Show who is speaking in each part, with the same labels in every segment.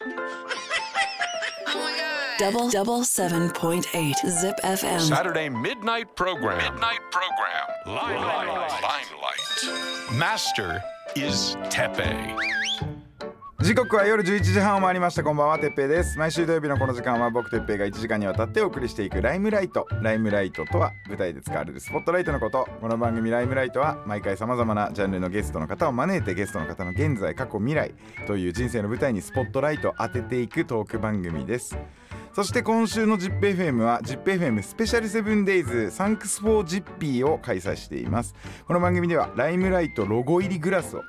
Speaker 1: Oh
Speaker 2: Double double seven point eight Zip FM.
Speaker 3: Saturday midnight program. Midnight program. Limelight. Limelight. Master is Tepe.
Speaker 4: 時刻は夜11時半を回りましたこんばんはてっぺいです毎週土曜日のこの時間は僕てっぺいが1時間にわたってお送りしていくライムライトライムライトとは舞台で使われるスポットライトのことこの番組ライムライトは毎回さまざまなジャンルのゲストの方を招いてゲストの方の現在過去未来という人生の舞台にスポットライトを当てていくトーク番組ですそして今週の ZIPFM は ZIPFM スペシャルセブンデイズサンクスフォージッピーを開催していますこの番組ではライムライトロゴ入りグラスを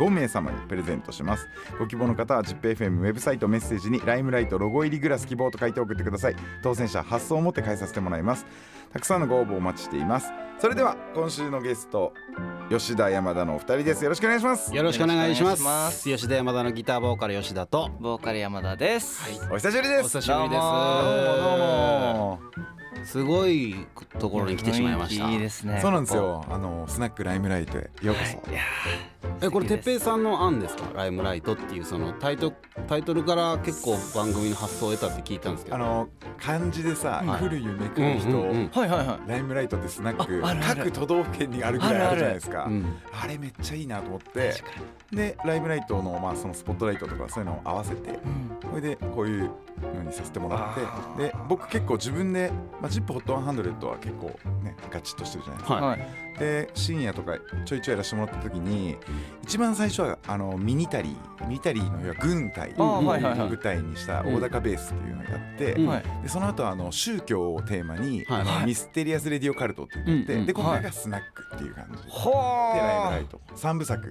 Speaker 4: 5名様にプレゼントしますご希望の方は ZIPFM ウェブサイトメッセージにライムライトロゴ入りグラス希望と書いて送ってください当選者は発送をもって返させてもらいますたくさんのご応募お待ちしていますそれでは今週のゲスト吉田山田のお二人ですよろしくお願いします
Speaker 5: よろしくお願いします
Speaker 6: よろしくお願いします
Speaker 5: 吉田山田のギターボーカル吉田と
Speaker 6: ボーカル山田です。
Speaker 4: お久しぶりです
Speaker 5: お久しぶりです
Speaker 6: どうも
Speaker 4: どうも
Speaker 5: すごいところに来てしまいました
Speaker 6: 雰囲気いいですね。
Speaker 4: そうなんですよあのスナックライムライトへようこそ
Speaker 5: えこれ
Speaker 6: 素
Speaker 5: て
Speaker 6: 敵
Speaker 5: っ
Speaker 6: です
Speaker 5: ぺいさんの案ですか「ライムライト」っていうそのタイトタイトルから結構番組の発想を得たって聞いたんですけど
Speaker 4: あの漢字でさ、
Speaker 5: はい
Speaker 4: 来る夢来る人、
Speaker 5: うんうんうん
Speaker 6: ここ。はいはいはい。
Speaker 4: ライムライトってスナック
Speaker 6: ああるある
Speaker 4: 各都道府県にあるぐらいあるじゃないですかあ
Speaker 5: うん
Speaker 4: れめっちゃいいなと思ってでライムライトの,、まあそのスポットライトとかそういうのを合わせて
Speaker 6: うん
Speaker 4: それでこういうのにさせてもらってで僕結構自分で「まあ、ZIPHOT100」は結構ねガチッとしてるじゃないですか、
Speaker 5: は
Speaker 6: はいい。
Speaker 4: で深夜とかちょいちょいやらせてもらった時に一番最初はあのミニタリーミニタリーの要は軍隊
Speaker 6: あー
Speaker 4: を
Speaker 6: はいはいはい
Speaker 4: 舞台にした大高ベースっていうのをやって、
Speaker 5: うん
Speaker 6: はい。
Speaker 4: でその後はあの宗教をテーマに、
Speaker 5: はい
Speaker 4: あの
Speaker 6: はい
Speaker 4: ミステリアス・レディオ・カルトっていうのがあって、
Speaker 5: うんうん
Speaker 4: で今回がスナックっていう感じ、
Speaker 6: ほ
Speaker 4: でライムラ
Speaker 6: ー
Speaker 4: イ。ト三部作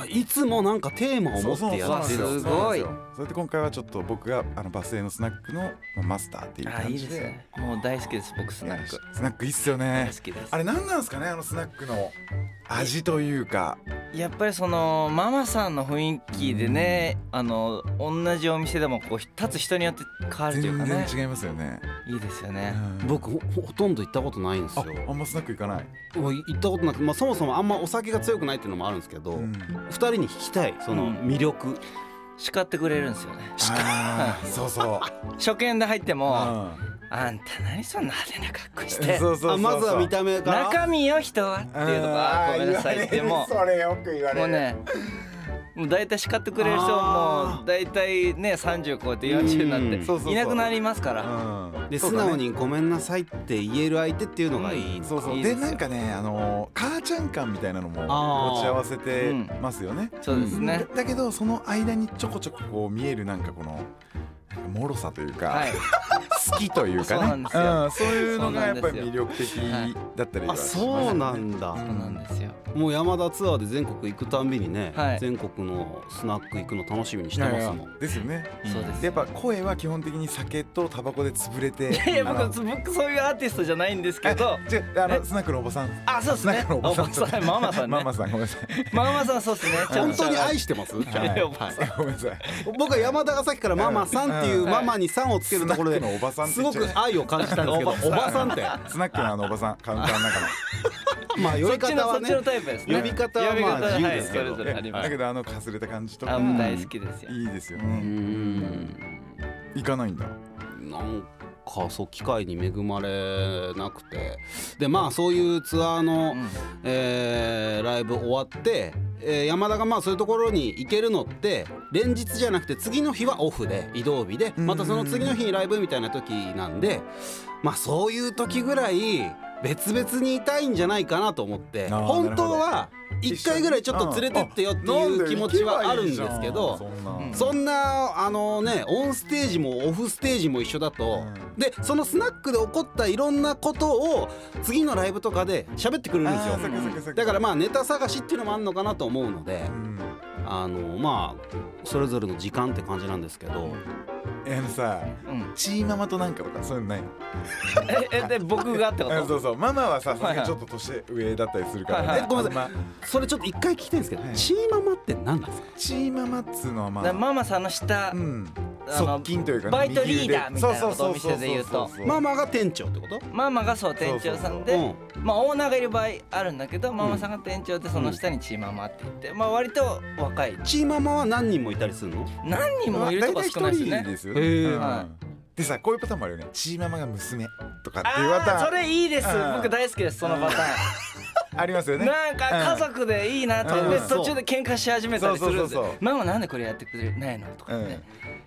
Speaker 5: あいつもなんかテーマを持ってやって
Speaker 6: そうそう
Speaker 5: る
Speaker 6: すごい
Speaker 4: そうなんですよそれで今回はちょっと僕があのバス停のスナックのまあマスターっていう
Speaker 6: あい
Speaker 4: 感
Speaker 6: い
Speaker 4: じ
Speaker 6: で
Speaker 4: です
Speaker 6: ね。もう大好きです僕スナック
Speaker 4: い。やスナックいいっすよね
Speaker 6: 大好きです
Speaker 4: あ。れ何なんですかねあのスナックの味というか
Speaker 6: やっぱりそのママさんの雰囲気でね、あの同じお店でもこう立つ人によって変わるという
Speaker 4: 全
Speaker 6: かね。
Speaker 4: 然違いますよね、
Speaker 6: いいですよね。
Speaker 4: うん
Speaker 5: 僕ほほとんど行ったことないんです
Speaker 4: あ
Speaker 5: よ
Speaker 4: あんまスナック行かない、
Speaker 5: もう行ったことなく、まあ、そもそもあんまお酒が強くないっていうのもあるんですけど、
Speaker 4: う
Speaker 5: 二
Speaker 4: ん
Speaker 5: 人に聞きたいその魅力、
Speaker 6: 叱ってくれるんですよね。
Speaker 4: あーそうそう、
Speaker 6: 初見で入って
Speaker 4: う
Speaker 6: も、
Speaker 4: ん
Speaker 6: あんた何そんな派手な格好し て。
Speaker 4: そうそうそうそう
Speaker 5: あまずは見た目から
Speaker 6: 中身よ人はっていうとこあーごめんなさいって言っても
Speaker 4: それよく言われ
Speaker 6: もう
Speaker 4: る
Speaker 6: ねもう大体叱ってくれる人
Speaker 5: あ
Speaker 6: は
Speaker 5: ー
Speaker 6: もう大体ね30超えて40に
Speaker 5: うん
Speaker 6: な
Speaker 4: そうそう
Speaker 6: っ
Speaker 4: そ
Speaker 6: て
Speaker 4: う
Speaker 6: いなくなりますから
Speaker 4: うん
Speaker 5: で
Speaker 4: そう
Speaker 5: 素
Speaker 4: だね
Speaker 5: 直に「ごめんなさい」って言える相手っていうのがいい、
Speaker 4: そうそう
Speaker 6: いい
Speaker 4: で
Speaker 6: ですよ
Speaker 4: なんかねあのー母ちゃん感みたいなのも
Speaker 5: あー
Speaker 4: 持ち合わせてますよね、
Speaker 6: そうですね
Speaker 4: だけどその間にちょこちょここう見えるなんかこのなんか脆さというか、
Speaker 6: はい
Speaker 4: 好きというかね
Speaker 6: そうなんですよ
Speaker 4: んそういうのがやっぱり
Speaker 6: そうなん
Speaker 4: 魅力的
Speaker 6: はい
Speaker 4: だったりは
Speaker 5: あ
Speaker 4: します
Speaker 5: そうなんだ、
Speaker 6: そうなんですよ
Speaker 5: もう山田ツアーで全国行くたんびにね、
Speaker 6: はい
Speaker 5: 全国のスナック行くの楽しみにし
Speaker 4: い
Speaker 5: てま
Speaker 4: やい
Speaker 5: す
Speaker 4: や
Speaker 5: もん。
Speaker 4: ですよね
Speaker 6: そうです
Speaker 4: でやっぱ声は基本的に酒とタバコで潰れて
Speaker 6: いや
Speaker 4: あの
Speaker 6: 僕僕そういうアーティストじゃないんですけど
Speaker 4: 違うあ
Speaker 6: え
Speaker 4: のスナックのおばさん
Speaker 6: あそうで
Speaker 4: ス
Speaker 6: す
Speaker 4: ナッ
Speaker 6: ね
Speaker 4: クの
Speaker 6: お
Speaker 4: おば
Speaker 6: ば
Speaker 4: さんと
Speaker 6: さんママさんね
Speaker 4: ママさんごめんなさい
Speaker 6: ママさんそうですねちょっ
Speaker 5: 本
Speaker 6: と
Speaker 5: 当に愛してます、
Speaker 4: はい
Speaker 6: やおば
Speaker 4: ごめんなさい
Speaker 5: 僕は山田がさっきから「ママさん」っていううんママに「さん」をつけるところ
Speaker 4: スナックのおばさ
Speaker 5: で
Speaker 4: んって
Speaker 5: す
Speaker 4: 言
Speaker 5: ご
Speaker 4: っちゃう
Speaker 5: く愛を感じたんですけどおばさんって
Speaker 4: スナックのあのおばさんカウンターの 中の
Speaker 5: まあ呼
Speaker 6: そっ
Speaker 5: び
Speaker 6: ちの
Speaker 5: 方
Speaker 6: そ
Speaker 5: は
Speaker 6: っち
Speaker 5: ね
Speaker 6: のタイプですね
Speaker 5: 呼び方は
Speaker 6: 呼び
Speaker 5: まあ自由ですけ
Speaker 6: はい
Speaker 5: ど
Speaker 6: それぞれありま
Speaker 4: だけ
Speaker 6: す
Speaker 4: どあのかすれた感じとか
Speaker 6: あもう大好きですよ
Speaker 4: いいですよ
Speaker 5: う
Speaker 4: ね
Speaker 5: ん
Speaker 4: 行かないんだ
Speaker 5: なんかそう機会に恵まれなくてでまあそういうツアーの、
Speaker 6: うん
Speaker 5: えーライブ終わって、えー山田がまあそういうところに行けるのって連日じゃなくて次の日はオフで移動日で
Speaker 4: ん
Speaker 5: またその次の日にライブみたいな時なんでまあそういう時ぐらい別々にいたいんじゃないかなと思って
Speaker 4: あー
Speaker 5: 本当は
Speaker 4: ど
Speaker 5: 1回ぐらいちょっと連れてってよっていう気持ちはあるんですけど。
Speaker 4: そんな
Speaker 6: うん
Speaker 5: そんなあのねオンステージもオフステージも一緒だと、
Speaker 4: うん
Speaker 5: でそのスナックで起こったいろんなことを次のライブとかで喋ってくれるんです
Speaker 4: あーそ
Speaker 5: よ
Speaker 4: っかそっかそっか
Speaker 5: だからまあネタ探しっていうのもあんのかなと思うので
Speaker 4: うん
Speaker 5: あのまあそれぞれの時間って感じなんですけど
Speaker 4: えあのさ
Speaker 6: うん
Speaker 4: チーママとなんかとかそういうのないの
Speaker 6: ええで僕がってこ
Speaker 4: あ
Speaker 6: と
Speaker 4: そうそうママはささすが
Speaker 6: はい
Speaker 4: に
Speaker 6: はい
Speaker 4: ちょっと年上だったりするから
Speaker 6: はい
Speaker 4: ね
Speaker 6: はい
Speaker 5: ごめんなさい
Speaker 4: あま
Speaker 5: それちょっと一回聞きたいんですけど、
Speaker 4: はい
Speaker 5: チーママって何なんですか
Speaker 4: チーママっつうのはま
Speaker 6: だから
Speaker 4: あ
Speaker 6: ママさんの下
Speaker 4: うん
Speaker 6: あの
Speaker 4: 側近というかね
Speaker 6: バイトリーダー
Speaker 4: 右腕
Speaker 6: みたいなこと
Speaker 4: そうそうそうそう
Speaker 6: お店で言うと
Speaker 4: そうそうそう
Speaker 5: ママが店長ってこと
Speaker 6: ママがそう店長さんで
Speaker 5: うん
Speaker 6: まあオーナーがいる場合あるんだけどママさんが店長でその下にチーママって言ってまあ割と若い
Speaker 5: チーママは何人もいたりするの
Speaker 6: 何人もいるとか少ないですよ
Speaker 4: 大体一人
Speaker 6: ね
Speaker 4: ですよ
Speaker 5: へ
Speaker 4: ね。
Speaker 5: ー
Speaker 4: うん
Speaker 6: は
Speaker 4: でさこういうパターンもあるよね。チーママが娘とかっていうパタ
Speaker 6: あーそ
Speaker 4: ーン
Speaker 6: れいいです
Speaker 4: うん
Speaker 6: 僕大好きですそのパタ
Speaker 4: ありますよ
Speaker 6: ーン
Speaker 4: ね。
Speaker 6: なんか
Speaker 4: うん
Speaker 6: 家族でいいなって
Speaker 4: うん
Speaker 6: で
Speaker 4: うん
Speaker 6: 途中で喧嘩し始めたりするんで
Speaker 4: そうそうそうそう
Speaker 6: ママなんでこれやってくれないのとかね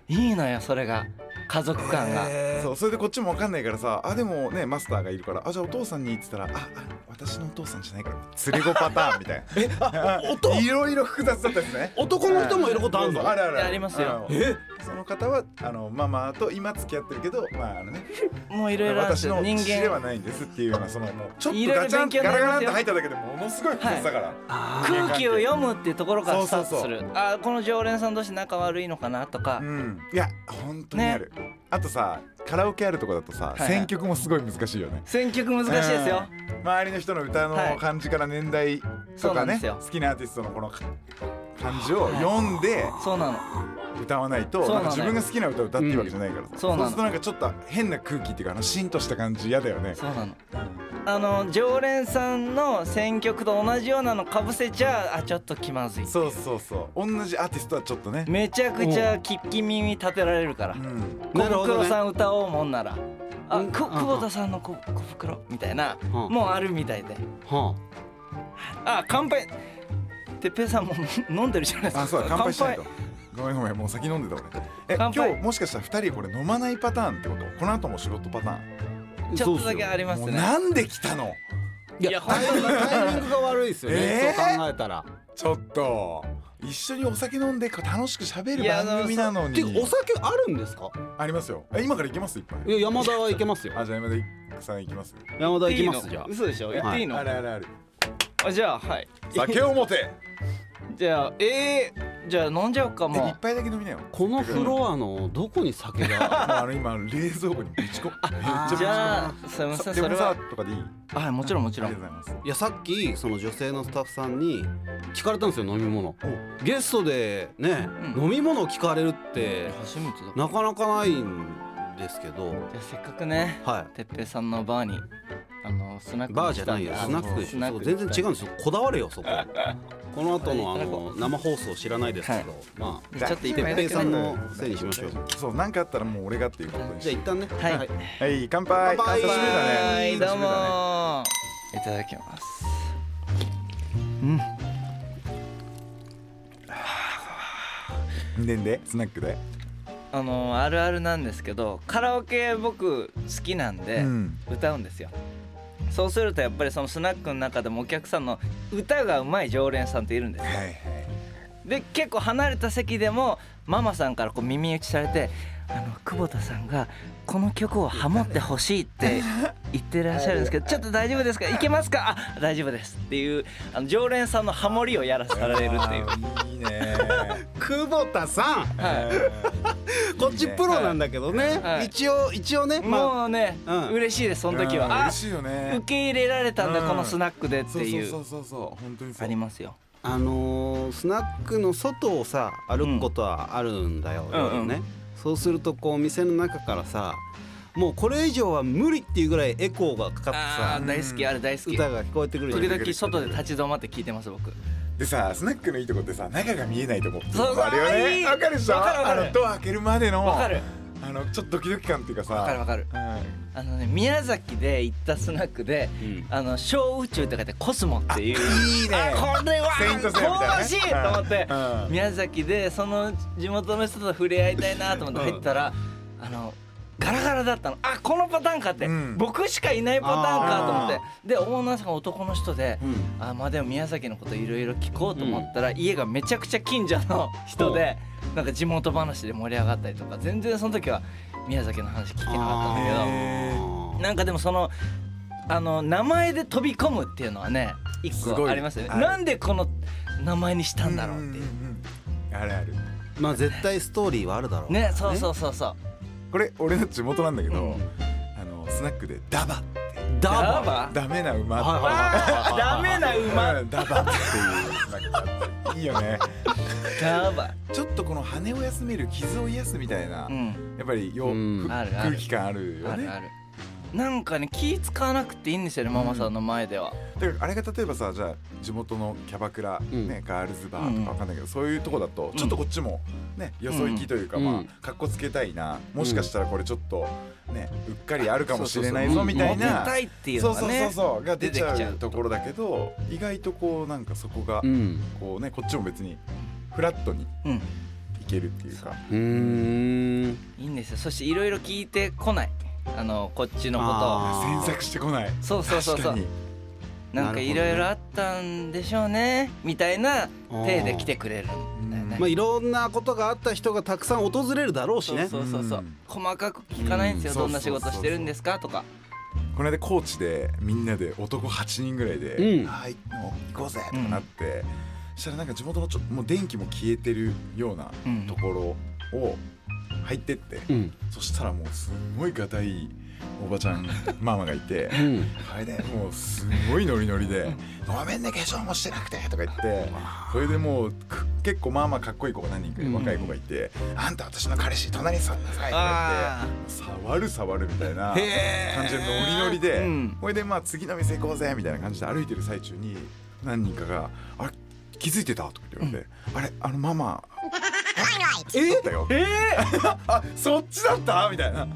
Speaker 6: いいのよそれが家族感が
Speaker 4: そうそれでこっちもわかんないからさあでもねマスターがいるからあじゃあお父さんにって言ったらああ私のお父さんじゃないから連れ子パターンみた いなえ
Speaker 5: おお
Speaker 4: いろいろ複雑だったですね
Speaker 5: 男の人もいることあんの
Speaker 4: そうそうあるあるる
Speaker 6: ありますよ
Speaker 4: うんその方はあのママと今付き合ってるけどまああのね
Speaker 6: もういろいろあるんです
Speaker 4: 私
Speaker 6: よ
Speaker 4: の
Speaker 6: 人
Speaker 4: 知では
Speaker 6: 間
Speaker 4: ないんですっていうようなそのもうちょっと
Speaker 6: いろいろ
Speaker 4: ガチャン
Speaker 6: 勉強に
Speaker 4: ガ
Speaker 6: な
Speaker 4: ラ
Speaker 6: り
Speaker 4: ガ
Speaker 6: ま
Speaker 4: ランっ
Speaker 6: す
Speaker 4: て
Speaker 6: よ
Speaker 4: 入っただけでものすごい複雑だから、
Speaker 5: あー
Speaker 6: 空気を読むっていうところからスタートす
Speaker 4: そう
Speaker 6: るあーこの常連さん同士仲悪いのかなとか
Speaker 4: うんいや本当にある、あとさカラオケあるとこだとさ、
Speaker 6: いはい
Speaker 4: 選曲もすごい難しいよね
Speaker 6: 選曲難しいですよ
Speaker 4: うん周りの人の歌
Speaker 6: は
Speaker 4: の
Speaker 6: い
Speaker 4: 感じから年代
Speaker 6: そ
Speaker 4: と
Speaker 6: うな
Speaker 4: か
Speaker 6: んで
Speaker 4: ね、
Speaker 6: すよ
Speaker 4: 好きなアーティストのこのか感じを読んで
Speaker 6: そうなの
Speaker 4: 歌わないと
Speaker 6: そう
Speaker 4: な
Speaker 6: なんん
Speaker 4: か
Speaker 6: だよ
Speaker 4: 自分が好きな歌を歌っていいわけじゃないからさ、
Speaker 6: んそうなの
Speaker 4: するとなんかちょっと変な空気っていうかあのシーンとした感じ嫌だよね
Speaker 6: そうなのあの常連さんの選曲と同じようなのかぶせちゃあちょっと気まずい
Speaker 4: そうそうそう同じアーティストはちょっとね、
Speaker 6: めちゃくちゃ聞き耳立てられるから
Speaker 4: うん、
Speaker 6: 小
Speaker 5: なるほど
Speaker 6: 袋
Speaker 5: ね
Speaker 6: さん歌おうもんならあ
Speaker 5: うん
Speaker 6: く
Speaker 5: うん
Speaker 6: 久保田さんの小小袋みたいな
Speaker 5: うん
Speaker 6: もうあるみたいで
Speaker 5: は
Speaker 6: あ乾杯てっぺいさんも飲んでるじゃないですか
Speaker 4: あそうだ乾杯しないとごめんごめんもう先飲んでた俺え今
Speaker 6: 乾杯
Speaker 4: 日もしかしたら2人これ飲まないパターンってことこの後も仕事パターン
Speaker 5: あ
Speaker 6: ちょっとだけあります
Speaker 4: もう
Speaker 6: ね
Speaker 4: なんで来たの
Speaker 5: いや
Speaker 6: いや
Speaker 5: タイミングタイミングが悪いですよね、
Speaker 4: えー
Speaker 5: そう考えたら
Speaker 4: ちょっと一緒にお酒飲んで楽しく喋る番組なの
Speaker 5: て
Speaker 4: に
Speaker 5: かお酒あるんですか
Speaker 4: ありますよえ今から行きますいっぱい
Speaker 5: いや山田はいけますよ
Speaker 4: あじゃあ山田さん行きます
Speaker 5: 山田
Speaker 6: い
Speaker 5: い
Speaker 6: い
Speaker 5: き
Speaker 6: の
Speaker 5: ますじゃあ
Speaker 6: 嘘でしょ言っていいの、
Speaker 4: あるあるある
Speaker 6: あじゃあはい
Speaker 4: 酒を持て
Speaker 6: じゃあえー、じゃあ飲んじゃおうか
Speaker 4: え一
Speaker 6: も
Speaker 4: 杯だけ飲みなよ
Speaker 5: このフロアのどこに酒が
Speaker 4: もうあの今冷蔵庫にぶちこめっちゃ
Speaker 6: う
Speaker 4: ぶち
Speaker 6: じ
Speaker 4: 込
Speaker 6: ゃあすいませ
Speaker 4: むレ
Speaker 6: んそ
Speaker 4: モ
Speaker 6: れ
Speaker 4: ンサワ
Speaker 6: は
Speaker 4: ーとかでいい
Speaker 6: はいもちろんもち
Speaker 4: あ
Speaker 6: ろ
Speaker 4: りがとうんございます
Speaker 5: いやさっきその女性のスタッフさんに聞かれたんですよ飲み物
Speaker 4: お
Speaker 5: ゲストでね、
Speaker 6: うん
Speaker 5: 飲み物を聞かれるって
Speaker 6: 初めてだ
Speaker 5: なかなかないんですけど
Speaker 6: じゃあせっかくね
Speaker 5: は
Speaker 6: てっぺいさんのバーにあのスナッ
Speaker 5: い
Speaker 6: ク
Speaker 5: バーじゃないよスナックでしょそう全然違うん
Speaker 6: う
Speaker 5: ですよこだわれよそここの後のあ
Speaker 6: いただこ
Speaker 5: の生放送知らないですけど、ま
Speaker 6: は
Speaker 5: あ
Speaker 6: ちょっと一
Speaker 5: てっぺ
Speaker 6: 杯だ
Speaker 5: い
Speaker 6: け
Speaker 5: さ
Speaker 6: ね
Speaker 5: んのせいにしましょう
Speaker 4: そう何かあったらもう俺がっていうことに
Speaker 5: じゃあ
Speaker 4: し
Speaker 5: 一旦ね
Speaker 6: はい
Speaker 4: てはい乾杯
Speaker 5: 乾杯
Speaker 4: 久しぶりだね
Speaker 6: はい
Speaker 4: 久
Speaker 6: ど
Speaker 4: し
Speaker 6: う
Speaker 4: ぶりだね
Speaker 6: もいただきますうん
Speaker 4: でんでスナックで
Speaker 6: あのあるあるなんですけどカラオケ僕好きなん
Speaker 4: う
Speaker 6: で
Speaker 4: ん
Speaker 6: 歌うんですよ、そうするとやっぱりそのスナックの中でもお客さんの歌がうまい常連さんっているんです
Speaker 4: はいはい
Speaker 6: で結構離れた席でもママさんからこう耳打ちされてあの久保田さんがこの曲をハモってほしい って言ってらっしゃるんですけどちょっと大丈夫ですかいけますかあ大丈夫ですっていうあの常連さんのハモリをやらされるっていう。
Speaker 4: あー いいね
Speaker 5: 久保田さん
Speaker 6: は
Speaker 5: こっちプロなんだけどね、
Speaker 6: はい
Speaker 5: 一応一応ね、
Speaker 6: い、
Speaker 5: まあ、
Speaker 6: もうね、
Speaker 5: うん
Speaker 6: 嬉しいですその時
Speaker 4: うん
Speaker 6: はあ
Speaker 4: 嬉しいよね
Speaker 6: 受け入れられたんだ、
Speaker 4: うん
Speaker 6: このスナックでって
Speaker 4: そう
Speaker 6: い
Speaker 4: そううそうそうそう本当にそ
Speaker 6: あ
Speaker 4: う
Speaker 6: りますよ
Speaker 5: あのースナックの外をさ歩くことはあるんだよ、
Speaker 6: うん
Speaker 5: 夜ね、そうするとこう店の中からさもうこれ以上は無理っていうぐらいエコーがかか
Speaker 6: あ
Speaker 5: って
Speaker 6: ー
Speaker 5: さ
Speaker 6: 大好きあれ大好き
Speaker 5: 歌が聞こえてくるじゃん
Speaker 6: 時々外で立ち止まって聞いてます僕
Speaker 4: でさスナックのいいとこってさ中が見えないとこっていう
Speaker 6: そう
Speaker 4: のもあるよ
Speaker 6: あーい
Speaker 4: ね
Speaker 6: い
Speaker 4: わかるでしょ
Speaker 6: わかるわかる
Speaker 4: あのドア開けるまでの
Speaker 6: わかる
Speaker 4: あのちょっとドキドキ感っていうかさ
Speaker 6: わかるわかる
Speaker 4: うん
Speaker 6: あのね宮崎で行ったスナックで、
Speaker 5: うん
Speaker 6: あの小宇宙って書いてコスモっていう
Speaker 4: いいね
Speaker 6: あこれは
Speaker 4: セイントセイヤみたいな
Speaker 6: 香ば
Speaker 4: ね
Speaker 6: しいと思って、
Speaker 4: うん
Speaker 6: 宮崎でその地元の人と触れ合いたいなと思って入ったら、あのガラガラだったのあこのパターンかって、
Speaker 4: うん
Speaker 6: 僕しかいないパターンかと思ってでオーナーさんが男の人で、
Speaker 5: うん
Speaker 6: あまあでも宮崎のこといろいろ聞こうと思ったら、家がめちゃくちゃ近所の人で、なんか地元話で盛り上がったりとか全然その時は宮崎の話聞けなかったんだけど。
Speaker 4: へー
Speaker 6: なんかでもそのあの名前で飛び込むっていうのはね一
Speaker 4: すご
Speaker 6: 個
Speaker 4: い
Speaker 6: ありますよね
Speaker 4: はい
Speaker 6: なんでこの名前にしたんだろうっていう
Speaker 4: うんうんうんあるある
Speaker 5: まあ絶対ストーリーはあるだろう
Speaker 6: ねそうそうそうそう
Speaker 4: これ俺の地元なんだけ
Speaker 6: う
Speaker 4: ど
Speaker 6: ん
Speaker 4: あのスナックでダバ
Speaker 5: ダ
Speaker 6: ダ
Speaker 5: バ
Speaker 6: バ
Speaker 4: ダメな馬
Speaker 5: はいはい
Speaker 6: あーダメな馬
Speaker 4: うんダバっていうスナックがあっていいよね
Speaker 6: ダバ
Speaker 4: ちょっとこの羽を休める傷を癒すみたいな
Speaker 6: うん
Speaker 4: やっぱりよ
Speaker 5: うん
Speaker 4: ふ
Speaker 6: あるある
Speaker 4: 空気感あるよ
Speaker 6: あ
Speaker 4: ね
Speaker 6: るあるなんかね気使わなくていいんですよねママさんの前では、
Speaker 4: だからあれが例えばさじゃあ地元のキャバクラ、
Speaker 5: ん
Speaker 4: ね、ガールズバーとかわかんないけど、そういうとこだとちょっとこっちも、ねよそ行きというか、
Speaker 5: うん
Speaker 4: ま
Speaker 5: うん
Speaker 4: あかっこつけたいなもしかしたらこれちょっとねうっかりあるかもしれな
Speaker 5: そ
Speaker 4: い
Speaker 5: うそ
Speaker 4: ぞ
Speaker 5: うそう
Speaker 4: みたい
Speaker 6: モテ
Speaker 4: な
Speaker 6: たいっていう
Speaker 4: そ
Speaker 6: の
Speaker 4: う
Speaker 6: が
Speaker 4: そうそう
Speaker 6: ね
Speaker 4: そうが出ちゃ
Speaker 6: 出てきちゃ
Speaker 4: う
Speaker 6: う
Speaker 4: ところだけど意外とこうなんかそこが、
Speaker 5: うん
Speaker 4: こうねこっちも別にフラットに
Speaker 6: うん
Speaker 4: いけるっていうか
Speaker 5: うーん
Speaker 6: いいんですよそしていろいろ聞いてこないあのこっちのこ
Speaker 5: あー
Speaker 4: 詮索してこない
Speaker 6: とをそうそうそう
Speaker 4: 確
Speaker 6: そ
Speaker 4: か
Speaker 6: う
Speaker 4: に
Speaker 6: なんかいろいろあったんでしょうねみたいな手で来てくれるんだよね
Speaker 5: まあいろんなことがあった人がたくさん訪れるだろうしね
Speaker 6: そうそうそうそう
Speaker 4: うん
Speaker 6: 細かく聞かないんですよ、
Speaker 4: うん
Speaker 6: どんな仕事してるんですかとか
Speaker 4: この間高知でみんなで男8人ぐらいで
Speaker 5: うん
Speaker 4: 「はいもう行こうぜ」とかなって、そしたらなんか地元のちょもう電気も消えてるような
Speaker 6: うん
Speaker 4: ところを入ってって、
Speaker 5: うん
Speaker 4: そしたらもうすんごいがたいおば ちゃんママがいて。
Speaker 5: うん
Speaker 4: それでもうすごいノリノリで「ごめんね化粧もしてなくて」とか言ってそれでもうく結構まあまあかっこいい子が何人かいる若い子がいて「あんた私の彼氏隣に座んなさい」とか
Speaker 6: あ
Speaker 4: 言って触る触るみたいな
Speaker 5: へー
Speaker 4: 感じでノリノリで、
Speaker 6: うん
Speaker 4: これでまあ次の店行こうぜみたいな感じで歩いてる最中に何人かが「あれ気づいてた?」とか言って、あれあのママえったよえ あそっちだったみたいな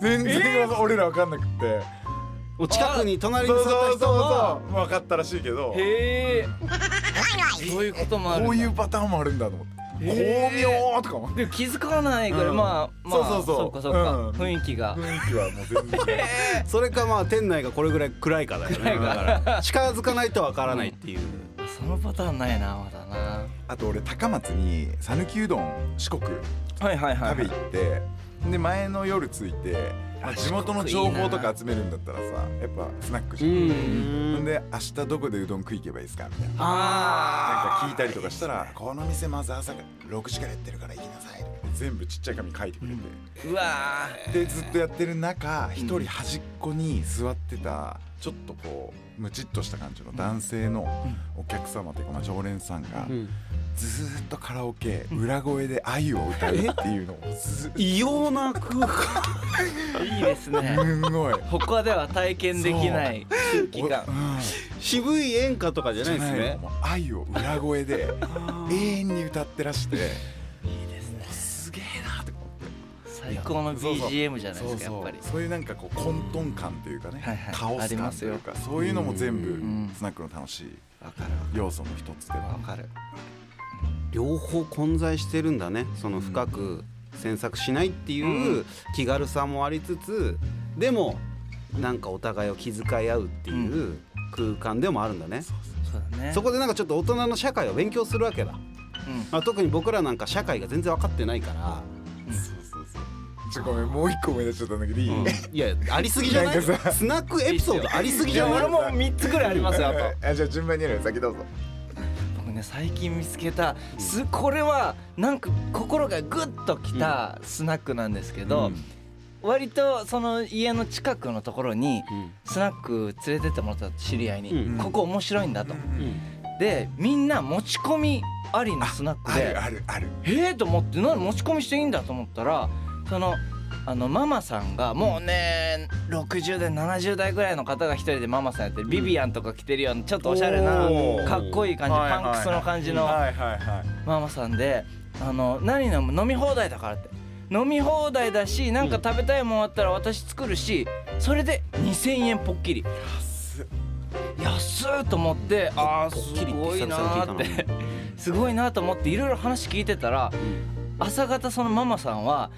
Speaker 4: 全然俺ら分かんなくて。
Speaker 5: お近くに隣に
Speaker 4: そう
Speaker 5: 座った
Speaker 4: そうそう
Speaker 5: 人は
Speaker 4: そう分かったらしいけど
Speaker 6: へえそういうこともあるんだ
Speaker 4: こういうパターンもあるんだと思って
Speaker 6: へー
Speaker 4: 巧妙とか思って
Speaker 6: でも気づかないから、
Speaker 4: うん
Speaker 6: まあま
Speaker 4: そ
Speaker 6: あ
Speaker 4: うそうそう
Speaker 6: っかそっか、
Speaker 4: うん
Speaker 6: 雰囲気が、
Speaker 4: 雰囲気はもう全然
Speaker 5: それかまあ店内がこれぐらい暗いかだよねだから近づかないとわからないっていう
Speaker 6: そのパターンないなまだなは
Speaker 4: あと俺高松に讃岐うどん四国
Speaker 6: いはいは
Speaker 4: 食べ行ってで前の夜着いてまあ地元の情報とか集めるんだったらさやっぱスナックじゃんほんで明日どこでうどん食い行けばいいですかみたいな
Speaker 5: あ
Speaker 4: なんか聞いたりとかしたら「この店まず朝6時からやってるから行きなさい」とか全部ちっちゃい紙書いてくれて。
Speaker 6: うわ
Speaker 4: でずっとやってる中一人端っこに座ってたちょっとこうムチっとした感じの男性のお客様というか、まあ、常連さんが
Speaker 5: ん
Speaker 4: ずーっとカラオケ裏声で「愛」を歌うっていうのをずーっと
Speaker 5: 異様な空間
Speaker 6: ーいいですね
Speaker 4: すんごい。
Speaker 6: 他では体験できない空気感
Speaker 5: 渋い演歌とかじゃないですね
Speaker 4: もう愛を裏声で永遠に歌ってらして
Speaker 6: いいですね
Speaker 4: すげえなって思って
Speaker 6: 最高の BGM じゃないです
Speaker 4: そう
Speaker 6: か
Speaker 4: そう
Speaker 6: やっぱり
Speaker 4: そういうなんかこう混沌感というかね、
Speaker 6: はいはい
Speaker 4: カオ
Speaker 6: あ
Speaker 4: ス
Speaker 6: り
Speaker 4: 感
Speaker 6: ます
Speaker 4: とい
Speaker 6: よ
Speaker 4: うかそういうのも全
Speaker 6: ん
Speaker 4: 部スナックの楽しい
Speaker 6: わかる
Speaker 4: 要素の一つでは
Speaker 6: わかる
Speaker 5: 両方混在してるんだねその深く詮索しないっていう気軽さもありつつでもなんかお互いを気遣い合うっていう空間でもあるんだね
Speaker 6: そうだね
Speaker 5: そこでなんかちょっと大人の社会を勉強するわけだ、まあ、特に僕らなんか社会が全然分かってないから、
Speaker 4: そうそうそうちょごめんもう一個思い出しちゃったんだけどいい、
Speaker 5: いやありすぎじゃない
Speaker 4: なんかさ
Speaker 5: スナックエピソードありすぎ
Speaker 6: い
Speaker 5: じゃ
Speaker 6: や
Speaker 5: ない
Speaker 6: 俺も3つぐらいありますよあと
Speaker 4: あじゃあ順番にやるよ先どうぞ
Speaker 6: 僕ね最近見つけたすこれはなんか心がグッときたスナックなんですけど、割とその家の近くのところに
Speaker 5: うん
Speaker 6: スナック連れてってもらった知り合いに、
Speaker 5: うん
Speaker 6: ここ面白いんだと、
Speaker 5: うん
Speaker 6: でみんな持ち込みありのスナック
Speaker 4: あ
Speaker 6: で
Speaker 4: るあるある
Speaker 6: ええと思って何持ち込みしていいんだと思ったらそのあのママさんがもうね60代70代ぐらいの方が一人でママさんやってるビビアンとか着てるようなちょっとおしゃれな
Speaker 4: おー
Speaker 6: かっこいい感じ
Speaker 4: はいはい
Speaker 6: パンクスの感じの
Speaker 4: はいはいは
Speaker 6: ママさんで「あの何飲む飲み放題だから」って飲み放題だしなんか食べたいもんあったら私作るしそれで2,000円ぽっきり安っと思ってあー
Speaker 5: ぽっき
Speaker 6: す
Speaker 5: りって
Speaker 6: ごいなー
Speaker 5: 久々
Speaker 6: っ
Speaker 5: に聞い
Speaker 6: て すごいなと思っていろいろ話聞いてたら朝方そのママさんは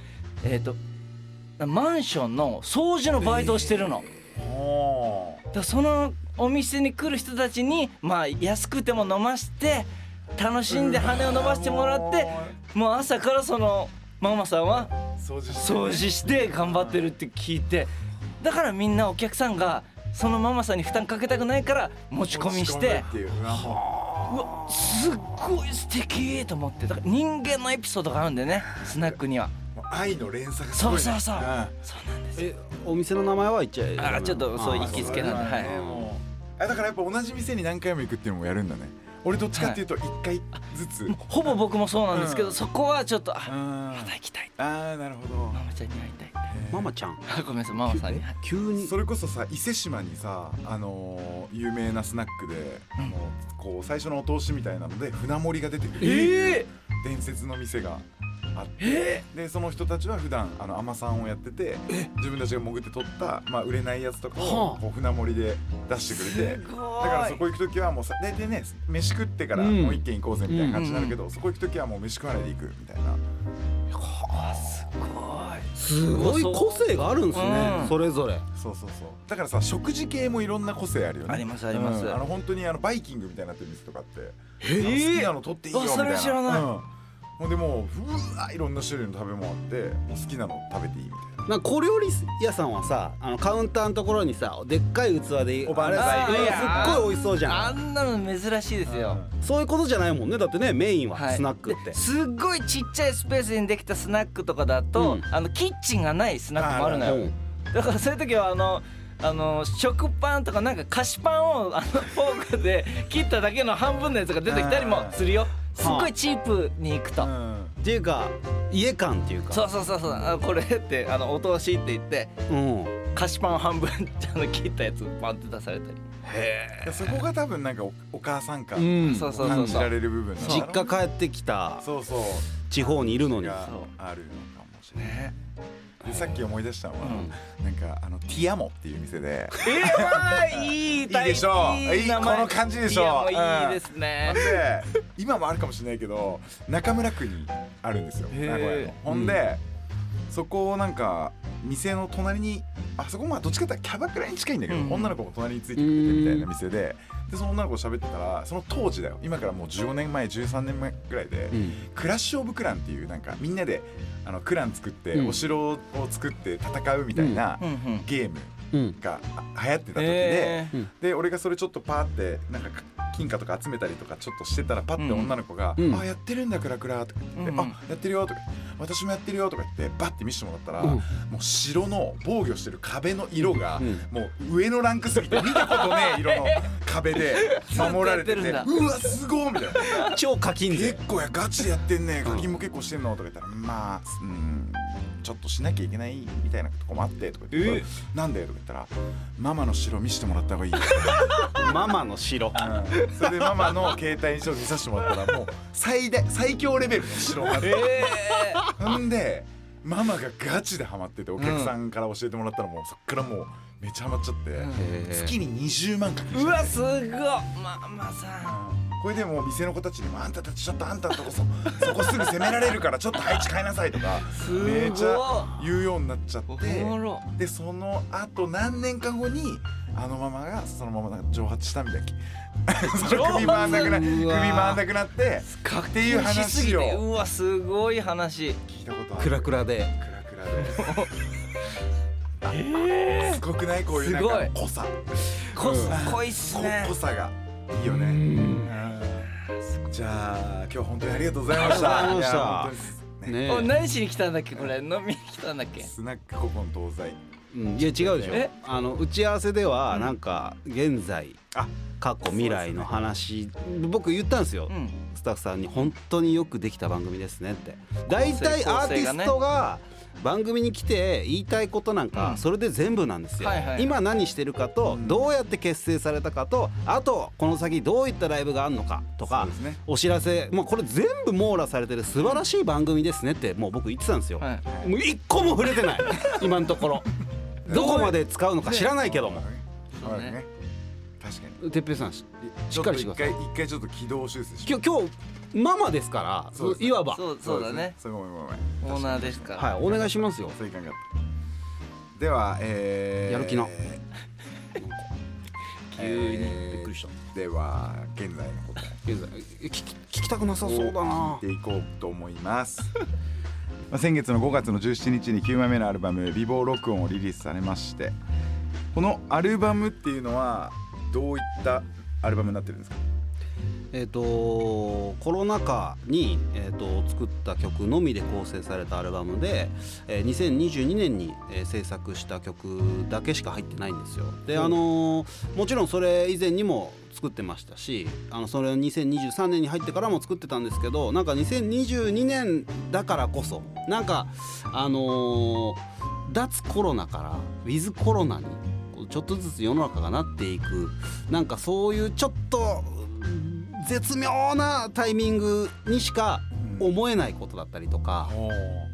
Speaker 6: えっ、とマンションの掃除のバイトをしてる
Speaker 4: い
Speaker 6: の。
Speaker 4: お
Speaker 6: だからそのお店に来る人たちにまあ安くても飲まして楽しんで羽を伸ばしてもらってもう朝からそのママさんは
Speaker 4: 掃除して
Speaker 6: 掃除して頑張ってるって聞いてだからみんなお客さんがそのママさんに負担かけたくないから持ち込みして
Speaker 4: 持ち込むっていうは
Speaker 6: うわすっごい素敵と思ってだから人間のエピソードがあるんでねスナックには
Speaker 4: もう愛の連鎖がすごい
Speaker 6: そ
Speaker 4: ね
Speaker 6: うそうそう
Speaker 4: あ
Speaker 6: そうなんですよ
Speaker 5: えお店の名前は言っちゃい
Speaker 6: あちょっとそう行きつけなんではい
Speaker 4: あだからやっぱ同じ店に何回も行くっていうのもやるんだね俺どっちかっていうと一回ずつ、
Speaker 6: ほぼ僕もそうなんですけど、
Speaker 4: うん
Speaker 6: そこはちょっとあ
Speaker 4: あ
Speaker 6: また行きたい
Speaker 4: あーなるほど
Speaker 6: ママちゃんに会いたい
Speaker 5: ママちゃん
Speaker 6: あごめんなさいママ さんにはい
Speaker 5: 急に
Speaker 4: それこそさ伊勢島にさあのー有名なスナックで、あのこう最初のお通しみたいなので船盛りが出てくる、
Speaker 6: え
Speaker 4: 伝説の店があって、でその人たちは普段あの海女さんをやってて自分たちが潜って取った、まあ、売れないやつとか
Speaker 6: は
Speaker 4: を
Speaker 6: あ
Speaker 4: こう船盛りで出してくれて
Speaker 6: すごい
Speaker 4: だからそこ行く時はもうさ大体ね飯食ってから
Speaker 5: うん
Speaker 4: もう一軒行こうぜみたいな感じになるけど、そこ行く時はもう飯食わないで行くみたいな。
Speaker 5: すごい個性があるんですね、
Speaker 6: うん
Speaker 5: それぞれ
Speaker 4: そうそうそうだからさ食事系もいろんな個性あるよね
Speaker 6: ありますあります
Speaker 4: うんあの本当にあのバイキングみたいになってる店とかってあの
Speaker 6: え
Speaker 4: 好きなの取っていいよみ
Speaker 6: あ
Speaker 4: たい
Speaker 6: そ
Speaker 4: な
Speaker 6: れは知らない
Speaker 4: うんほんでもううわいろんな種類の食べ物あってもう好きなの食べていいみたいな
Speaker 5: なんか小料理屋さんはさあのカウンターのところにさでっかい器で
Speaker 4: おばあれ
Speaker 5: あれ
Speaker 6: あー
Speaker 5: うん
Speaker 6: い
Speaker 5: す
Speaker 6: や
Speaker 5: っごい美味しそうじゃ
Speaker 6: あ
Speaker 5: ん
Speaker 6: んなの珍しいですよ、
Speaker 5: そういうことじゃないもんねだってねメインは、
Speaker 6: はい
Speaker 5: スナックって
Speaker 6: ですっごいちっちゃいスペースにできたスナックとかだと、
Speaker 5: うん
Speaker 6: あのキッチンがないスナックもあるの
Speaker 5: う
Speaker 6: よ、
Speaker 5: ん
Speaker 6: だからそういう時はあのあの食パンとかなんか菓子パンをあのフォークで切っただけの半分のやつが出てきたりもするよすっごいチープに行くと、
Speaker 4: うん
Speaker 5: っていうか家感っていうか
Speaker 6: そうそうそうそうあこれってあのお通しって言って
Speaker 5: うん
Speaker 6: 菓子パン半分あの切ったやつパンって出されたり、
Speaker 4: でそこが多分なんかおお母さん感
Speaker 5: うん
Speaker 6: そうそうそ
Speaker 4: 感
Speaker 6: う
Speaker 4: じ
Speaker 6: そ
Speaker 4: ら
Speaker 6: う
Speaker 4: れる部分なんだろう
Speaker 5: 実
Speaker 4: ね
Speaker 5: 家帰ってきた
Speaker 4: そうそう
Speaker 5: 地方にいるのに
Speaker 4: が
Speaker 6: そう
Speaker 4: あるのかもしれないでさっき思い出したのは、なんかあのティアモっていう店で
Speaker 6: えー、まあいい
Speaker 4: いでしょう
Speaker 6: いい名前
Speaker 4: いいこの感じでしょう
Speaker 6: いやもういい
Speaker 4: うん
Speaker 6: ですね、
Speaker 4: で今もあるかもしれないけど中村区にあるんですよ名
Speaker 6: へー
Speaker 4: 古屋のほんで、そこをなんか店の隣にあそこまあどっちかっていうとキャバクラに近いんだけど、
Speaker 6: うん
Speaker 4: 女の子も隣についてくれてみたいな店ででその女の子と喋ってたらその当時だよ今からもう15年前13年前ぐらいで、
Speaker 5: うん
Speaker 4: クラッシュ・オブ・クランっていうなんかみんなであのクラン作って、
Speaker 5: うん
Speaker 4: お城を作って戦うみたいな
Speaker 6: うんうん
Speaker 4: ゲーム
Speaker 5: うん
Speaker 4: があ流行ってた時で。
Speaker 6: え
Speaker 4: で俺がそれちょっとパーってなんか金貨とか集めたりとかちょっとしてたらパッて
Speaker 6: うん
Speaker 4: 女の子が「
Speaker 5: うん
Speaker 4: あやってるんだクラクラ」とか言って「
Speaker 6: うん
Speaker 4: あ
Speaker 6: うん
Speaker 4: やってるよ」とか「私もやってるよ」とか言ってバッて見せてもらったら、
Speaker 5: うん
Speaker 4: もう城の防御してる壁の色が、
Speaker 5: うん
Speaker 4: もう上のランクすぎて見たことねえ色の壁で守られてて
Speaker 6: ずっとやって
Speaker 4: うわすごいみたいな
Speaker 5: 超課金
Speaker 4: 結
Speaker 5: 税
Speaker 4: 構やガチでやってんね課金も結構してんのとか言ったら「まあうんちょっとしなきゃいけないみたいなとこもあって」とか言って「なんで?」とか言ったら「ママの城見せてもらった方がいい」
Speaker 5: ママの城
Speaker 4: うんそれでママの携帯にちょっと見させてもらったらもう最大最強レベルの城があって、ほんでママがガチでハマっててお客さんから教えてもらったらもうそっからもうめっちゃハマっちゃって、月に20万かけて
Speaker 6: うわすごいまあまあさ
Speaker 4: これでもう店の子たちにも「あんたたちちょっとあんたのとこそ そこすぐ攻められるからちょっと配置変えなさい」とか
Speaker 6: すごい
Speaker 4: めちゃ言うようになっちゃって
Speaker 6: おもろ
Speaker 4: でその後何年か後にあのママがそのままなんか蒸発したみたいな その首回んなくな首
Speaker 5: 蒸発
Speaker 4: 回んなくなって
Speaker 6: 課
Speaker 4: っていう
Speaker 6: 金しすぎ
Speaker 4: 話
Speaker 6: て
Speaker 4: を
Speaker 6: うわすごい話
Speaker 4: 聞いたことある
Speaker 5: クラクラで
Speaker 4: クラクラ であすごくないこういうなん
Speaker 6: すごい
Speaker 4: か濃さ
Speaker 6: こ
Speaker 4: うん
Speaker 6: 濃いっす
Speaker 4: こ
Speaker 6: ね
Speaker 4: 濃さがいいよねうんじゃあ今日本当にありがとうございました
Speaker 5: ありがとうございました
Speaker 4: いや本当にね
Speaker 5: ね
Speaker 6: お何しに来たんだっけこれ飲みに来たんだっけ
Speaker 4: スナック古今東西
Speaker 5: うんいや違うでしょ
Speaker 6: え
Speaker 5: あの打ち合わせではなんか現在
Speaker 4: あ
Speaker 5: 過去未来の話僕言ったんですよ、
Speaker 6: うん
Speaker 5: スタッフさんに「本当によくできた番組ですね」って大体
Speaker 6: 構成
Speaker 5: アーティストが番組に来て言いたいことなん
Speaker 6: う
Speaker 5: か
Speaker 6: ん
Speaker 5: それで全部なんですよ、
Speaker 6: はいはい
Speaker 5: 今何してるかとどうやって結成されたかとあとこの先どういったライブがあるのかとか
Speaker 4: そうですね
Speaker 5: お知らせもうこれ全部網羅されてる素晴らしい番組ですねってもう僕言ってたんですよ、
Speaker 6: はい
Speaker 5: もう一個も触れてない今のところどこまで使うのか知らないけども
Speaker 6: そうね
Speaker 4: はい確かに
Speaker 5: 哲平さんし
Speaker 4: ち
Speaker 5: し
Speaker 4: ょ
Speaker 5: っ
Speaker 4: っ
Speaker 5: か
Speaker 4: と
Speaker 5: りし
Speaker 4: 一
Speaker 5: てくだ
Speaker 4: 回一回ちょっと軌道修正し
Speaker 5: 今日今日ママですから
Speaker 4: そうですね
Speaker 5: いわば
Speaker 6: そうそうだね
Speaker 4: そうごめんごめんごめん
Speaker 6: オーナーですから
Speaker 5: はいお願いしますよ
Speaker 4: そういかんかったではえー、
Speaker 5: やる気な
Speaker 4: えー
Speaker 5: びっくりした
Speaker 4: では現在の答え
Speaker 5: 現在聞き聞きたくなさそうだな
Speaker 4: 聞いていこうと思います まあ先月の5月の17日に9枚目のアルバム「美貌録音」をリリースされましてこのアルバムっていうのはどういったアルバムになってるんですか
Speaker 5: えっ、とコロナ禍に、えー、と作った曲のみで構成されたアルバムで、えー2022年に、えー制作した曲だけしか入ってないんですよ。で、あのーもちろんそれ以前にも作ってましたしあのそれを2023年に入ってからも作ってたんですけどなんか2022年だからこそなんかあのー脱コロナからウィズコロナにこうちょっとずつ世の中がなっていくなんかそういうちょっとうん絶妙なタイミングにしか思えないことだったりとか、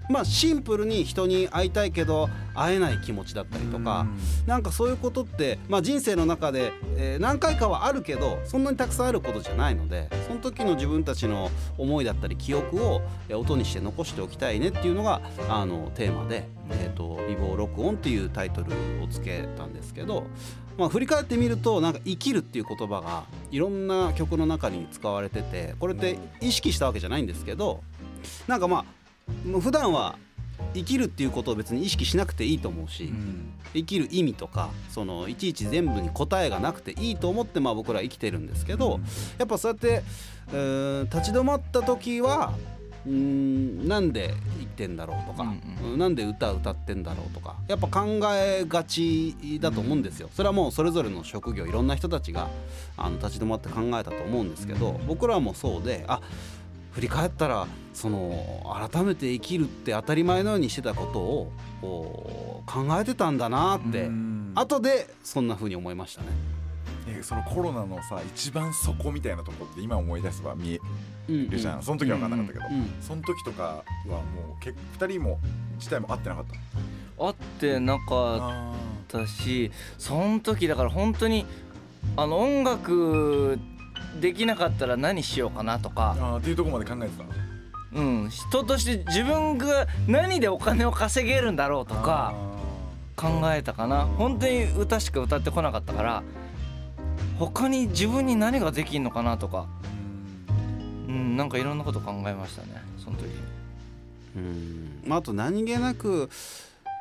Speaker 5: まあシンプルに人に会いたいけど会えない気持ちだったりとか、なんかそういうことって、まあ、人生の中で、えー何回かはあるけどそんなにたくさんあることじゃないのでその時の自分たちの思いだったり記憶をえー音にして残しておきたいねっていうのがあのテーマで「えー、と美貌録音」っていうタイトルをつけたんですけど、まあ、振り返ってみるとなんか「生きる」っていう言葉がいろんな曲の中に使われててこれって意識したわけじゃないんですけどなんかまあもう普段は生きるっていうことを別に意識しなくていいと思うし。生きる意味とかそのいちいち全部に答えがなくていいと思ってまあ僕ら生きてるんですけど、やっぱそうやってうーん立ち止まった時はうーんなんで生きてんだろうとか、
Speaker 6: うん
Speaker 5: うんなんで歌歌ってんだろうとかやっぱ考えがちだと思うんですよ。それはもうそれぞれの職業いろんな人たちがあの立ち止まって考えたと思うんですけど僕らもそうであ振り返ったらその改めて生きるって当たり前のようにしてたことをこう考えてたんだなって
Speaker 4: あ
Speaker 5: 後でそんな風に思いましたね。
Speaker 4: そのコロナのさ一番底みたいなとこって今思い出せば見え
Speaker 5: うんうん
Speaker 4: るじゃん、その時は分かんなかったけど、
Speaker 5: うん
Speaker 4: その時とかはもう結構2人も自体も会ってなかった
Speaker 6: 会ってなかっ
Speaker 4: あ
Speaker 6: たしその時だから本当にあの音楽できなかったら何しようかなとか、
Speaker 4: あーっていうとこまで考えてたの
Speaker 6: うん、人として自分が何でお金を稼げるんだろうとか考えたかな本当に歌しか歌ってこなかったから他に自分に何ができんのかなとか、
Speaker 4: あーうん
Speaker 6: うん、なんかいろんなこと考えましたねその時
Speaker 5: うんまあ、あと何気なく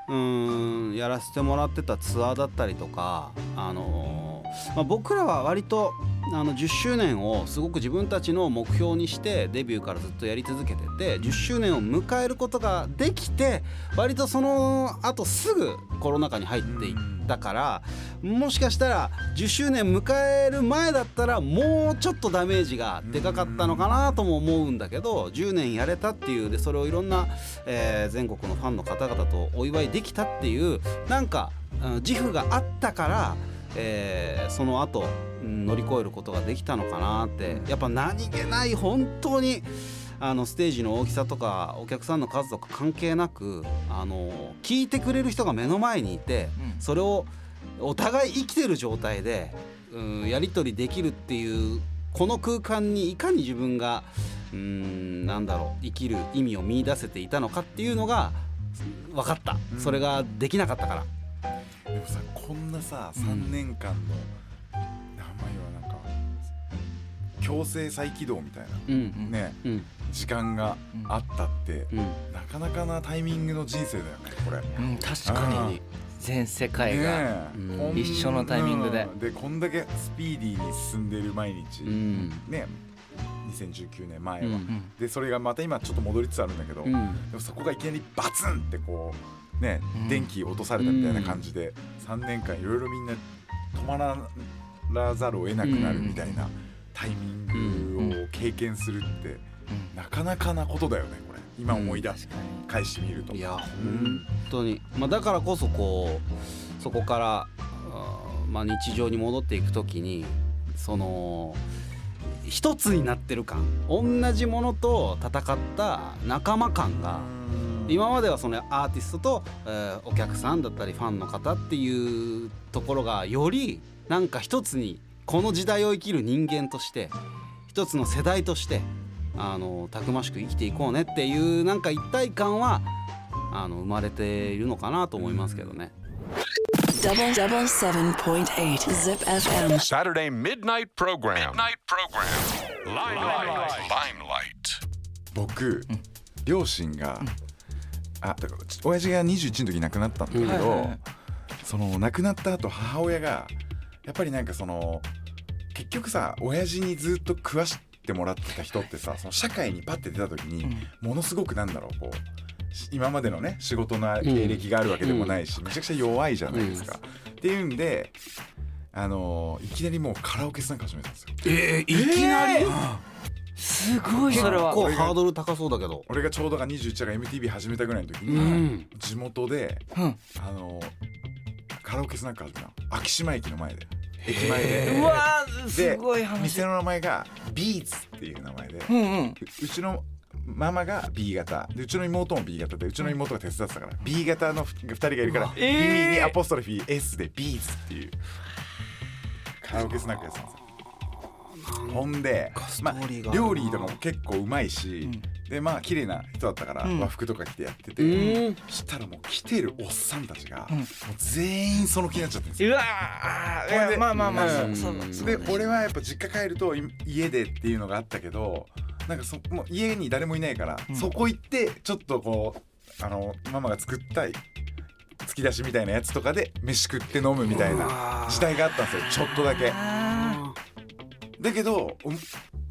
Speaker 5: うんやらせてもらってたツアーだったりとか、あのーまあ、僕らは割とあの10周年をすごく自分たちの目標にしてデビューからずっとやり続けてて10周年を迎えることができて割とその後すぐコロナ禍に入っていったからもしかしたら10周年迎える前だったらもうちょっとダメージがでかかったのかなとも思うんだけど10年やれたっていうでそれをいろんな、えー全国のファンの方々とお祝いできたっていうなんか、うん自負があったから、えーその後うん乗り越えることができたのかなってやっぱ何気ない本当にあのステージの大きさとかお客さんの数とか関係なくあの聞いてくれる人が目の前にいて、
Speaker 6: うん
Speaker 5: それをお互い生きてる状態で、うん、やり取りできるっていうこの空間にいかに自分がうんなんだろう生きる意味を見出せていたのかっていうのが分かった、それができなかったから。
Speaker 4: でもさこんなさ3年間の名前はなんか強制再起動みたい
Speaker 5: うん
Speaker 4: なね
Speaker 5: うん
Speaker 4: 時間があったって
Speaker 5: うん
Speaker 4: なかなかなタイミングの人生だよねこれ。
Speaker 6: に、うん、確かに全世界が、
Speaker 5: うん
Speaker 4: こん
Speaker 6: 一緒のタイミングで
Speaker 4: うんでこんだけスピーディーに進んでる毎日、
Speaker 5: うん
Speaker 4: ね2019年前
Speaker 5: う
Speaker 4: は、
Speaker 5: ん
Speaker 4: でそれがまた今ちょっと戻りつつあるんだけど、
Speaker 5: う
Speaker 4: で
Speaker 5: ん
Speaker 4: もそこがいきなりバツンってこうね、
Speaker 6: うん
Speaker 4: 電気落とされたみたいな感じで、3年間いろいろみんな止まらざるを得なくなるみたいなタイミングを経験するって、なかなかなことだよねこれ今思い出し、返してみると。
Speaker 5: いや本当に、まあ、だからこそこうそこからあー、まあ、日常に戻っていく時にその一つになってる感同じものと戦った仲間感が今まではそのアーティストと、えーお客さんだったりファンの方っていうところがよりなんか一つにこの時代を生きる人間として一つの世代としてあのたくましく生きていこうねっていうなんか一体感はあの生まれているのかなと思いますけどね。
Speaker 2: Double double seven point eight Zip FM.
Speaker 3: Saturday midnight program. Midnight program. Limelight. Limelight.
Speaker 4: 僕両親が、あだからち親父が21の時に亡くなったんだけど、その亡くなった後母親がやっぱりなんかその結局さ親父にずっと食わしてもらってた人ってさその社会にパッて出た時に、ものすごくなんだろうこうし今までのね仕事の経歴があるわけでもないし、めちゃくちゃ弱いじゃないですか。っていうんであのーいきなりもうカラオケ参加始めたんですよ。
Speaker 5: えー、いきなり、
Speaker 6: すごい
Speaker 5: 結
Speaker 6: それは
Speaker 5: 構ハードル高そうだけど
Speaker 4: 俺がちょうどが21だから MTV 始めたぐらいの時に、
Speaker 5: うん
Speaker 4: 地元で、
Speaker 6: うん
Speaker 4: あのカラオケスナック始めたの昭島駅の前で駅前で
Speaker 6: うわーす
Speaker 4: で
Speaker 6: ごい話
Speaker 4: 店の名前がビーツっていう名前で、
Speaker 6: う
Speaker 4: うん
Speaker 6: うん
Speaker 4: うちのママが B 型でうちの妹も B 型でうちの妹が手伝ってたから B 型の2人がいるから「B」にアポストロフィー S でビーツっていうカラオケスナックやってたんですよ。ほんで、ま
Speaker 5: ストーリーが
Speaker 4: あ、
Speaker 5: あるな
Speaker 4: 料理とかも結構うまいし、でまあ綺麗な人だったから和服とか着てやってて、
Speaker 5: うん
Speaker 4: したらもう来てるおっさんたちが、もう全員その気になっちゃってるんです
Speaker 6: う
Speaker 4: よ。
Speaker 6: わ
Speaker 4: これ
Speaker 6: ー
Speaker 4: で
Speaker 6: まあまあまあ
Speaker 4: うん
Speaker 6: そうそうそう
Speaker 4: で俺はやっぱ実家帰るとい家でっていうのがあったけどなんかそもう家に誰もいないから、そこ行ってちょっとこうあのママが作った突き出しみたいなやつとかで飯食って飲むみたいな時代があったんですよちょっとだけ。
Speaker 6: あ
Speaker 4: だけどお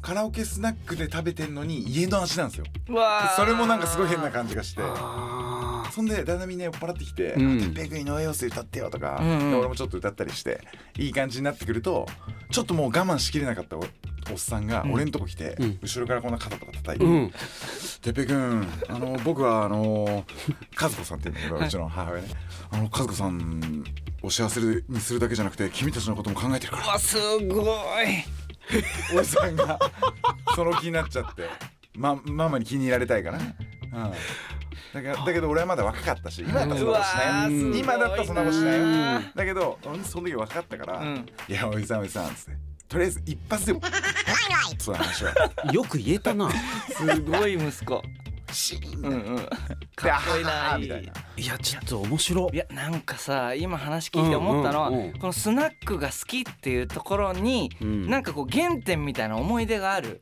Speaker 4: カラオケスナックで食べてんのに家の味なんですよ
Speaker 6: ーうわー
Speaker 4: それもなんかすごい変な感じがして
Speaker 5: あ
Speaker 4: そんでだんだんみんな酔っ払ってきて「
Speaker 5: ん
Speaker 4: てっぺい君井上陽水歌ってよ」とか、
Speaker 6: うんうん
Speaker 4: で俺もちょっと歌ったりしていい感じになってくるとちょっともう我慢しきれなかったおおっさんが俺んとこ来て、
Speaker 5: ん
Speaker 4: 後ろからこんな肩とか叩いて
Speaker 5: ーうん
Speaker 4: てっぺいくん、あの僕はあの和子さんって言うんだけど、うちの母親ね、あの和子さんを幸せにするだけじゃなくて君たちのことも考えてるから。
Speaker 6: あすごい
Speaker 4: おじさんがその気になっちゃって、まママに気に入られたいからね。うん。だからだけど俺はまだ若かったし今だったらそんなことしな
Speaker 6: うわーすご
Speaker 4: い
Speaker 6: い
Speaker 4: よ今だったらそんなことしないよ
Speaker 6: な
Speaker 4: だけど俺その時若かったから「
Speaker 6: うん
Speaker 4: いやおじさんおじさん」っつってとりあえず一発でも「そう話は
Speaker 5: よく言えたな
Speaker 6: すごい息子
Speaker 4: シーン
Speaker 6: うんうん
Speaker 4: で
Speaker 6: かっこいいな
Speaker 4: あーみたいない
Speaker 5: やちょっと面白
Speaker 6: いやなんかさ今話聞いて思ったのは、
Speaker 5: うんうんうん
Speaker 6: このスナックが好きっていうところに、
Speaker 5: うん
Speaker 6: なんかこう原点みたいな思い出がある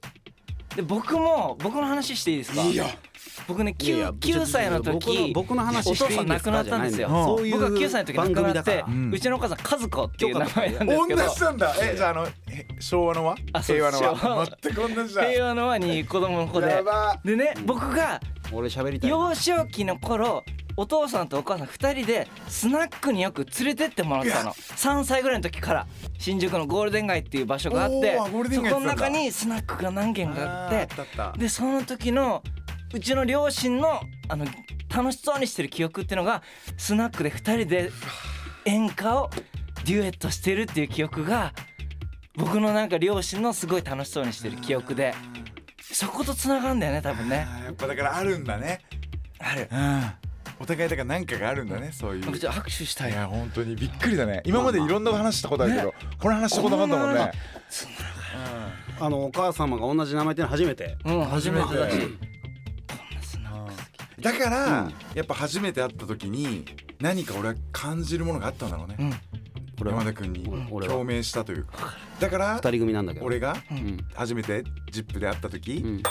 Speaker 6: で僕も僕の話していいですか
Speaker 4: いいよ
Speaker 6: 僕ね
Speaker 5: いやいや
Speaker 6: 9, 9歳の時
Speaker 5: 僕の僕の話
Speaker 6: お
Speaker 5: していい
Speaker 6: 父
Speaker 5: です
Speaker 6: さ
Speaker 5: か
Speaker 6: ん亡くなったんですよ
Speaker 5: じゃないのそういう
Speaker 6: 僕が9歳の時に亡く
Speaker 5: 番組
Speaker 6: な
Speaker 5: だ
Speaker 6: っ
Speaker 5: か
Speaker 6: て
Speaker 5: ら、
Speaker 6: うちのお母さん和子っていう名前なんですけ
Speaker 4: 同
Speaker 6: ど
Speaker 4: じなんだえじゃああのえ昭和のは
Speaker 6: あそう
Speaker 4: 平和の
Speaker 6: 昭和
Speaker 4: は
Speaker 6: の
Speaker 4: 全く同じだ
Speaker 6: 平和の輪に子供の子で
Speaker 4: やば
Speaker 6: でね僕が
Speaker 5: 俺喋りたいな
Speaker 6: 幼少期の頃お父さんとお母さん2人でスナックによく連れてってもらってたの3歳ぐらいの時から新宿のゴールデン街っていう場所があって
Speaker 4: おーゴールデ
Speaker 6: そ
Speaker 4: ン街や
Speaker 6: こ
Speaker 4: っ
Speaker 6: の
Speaker 4: てたんだ
Speaker 6: 中にスナックが何軒かあって
Speaker 4: あったあった
Speaker 6: でその時のうちの両親のあの楽しそうにしてる記憶っていうのがスナックで2人で演歌をデュエットしてるっていう記憶が僕のなんか両親のすごい楽しそうにしてる記憶でそことつながるんだよね多分ね
Speaker 4: あーやっぱだからあるんだね
Speaker 6: ある
Speaker 4: うんお互いだから何かがあるんだねそういう
Speaker 6: 僕ちょっと拍手したい
Speaker 4: いや本当にびっくりだね今までいろんな話したことあるけど、この話したことなかったもん
Speaker 6: こんな
Speaker 4: ね
Speaker 5: あのお母様が同じ名前っていうの初めて
Speaker 6: うん初めてだし
Speaker 4: だから、やっぱ初めて会った時に何か俺は感じるものがあったんだろうね、
Speaker 5: 俺は
Speaker 4: 山田君に
Speaker 5: 俺は
Speaker 4: 共鳴したというかだから
Speaker 5: 二人組なんだけど
Speaker 4: 俺が
Speaker 5: ん
Speaker 4: 初めて「ZIP!」で会った時、
Speaker 5: ん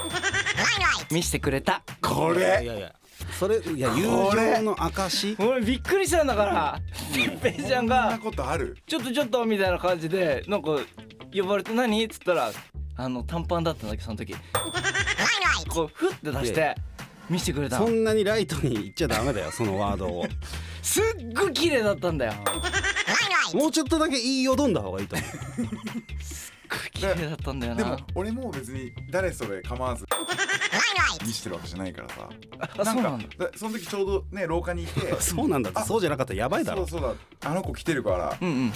Speaker 6: 見してくれた
Speaker 4: こ
Speaker 5: いやい
Speaker 4: れ
Speaker 5: やいやそれいや友
Speaker 4: これ
Speaker 5: 情の証
Speaker 6: 俺びっくりしたんだからペイちゃん
Speaker 4: そんな
Speaker 6: が
Speaker 4: ことある
Speaker 6: 「ちょっとちょっと」みたいな感じでなんか呼ばれて「何?」っつったらあの短パンだったんだけどその時こうフッて出して見してくれた
Speaker 5: そ
Speaker 6: の
Speaker 5: んなにライトに言っちゃダメだよそのワードを
Speaker 6: すっごい綺麗だったんだよ
Speaker 5: もうちょっとだけ言いよどんだ方がいいと思
Speaker 6: すっごい綺麗だったんだよ
Speaker 4: でも
Speaker 6: な
Speaker 4: 俺も別に誰それ構わず見してるわけじゃないからさ
Speaker 6: あそうなんだ
Speaker 4: だその時ちょうどね廊下にいて
Speaker 5: う そうなんだってそうじゃなかったらやばいだ
Speaker 4: そ
Speaker 5: ろ
Speaker 4: うそうだあの子来てるから、
Speaker 6: うんうん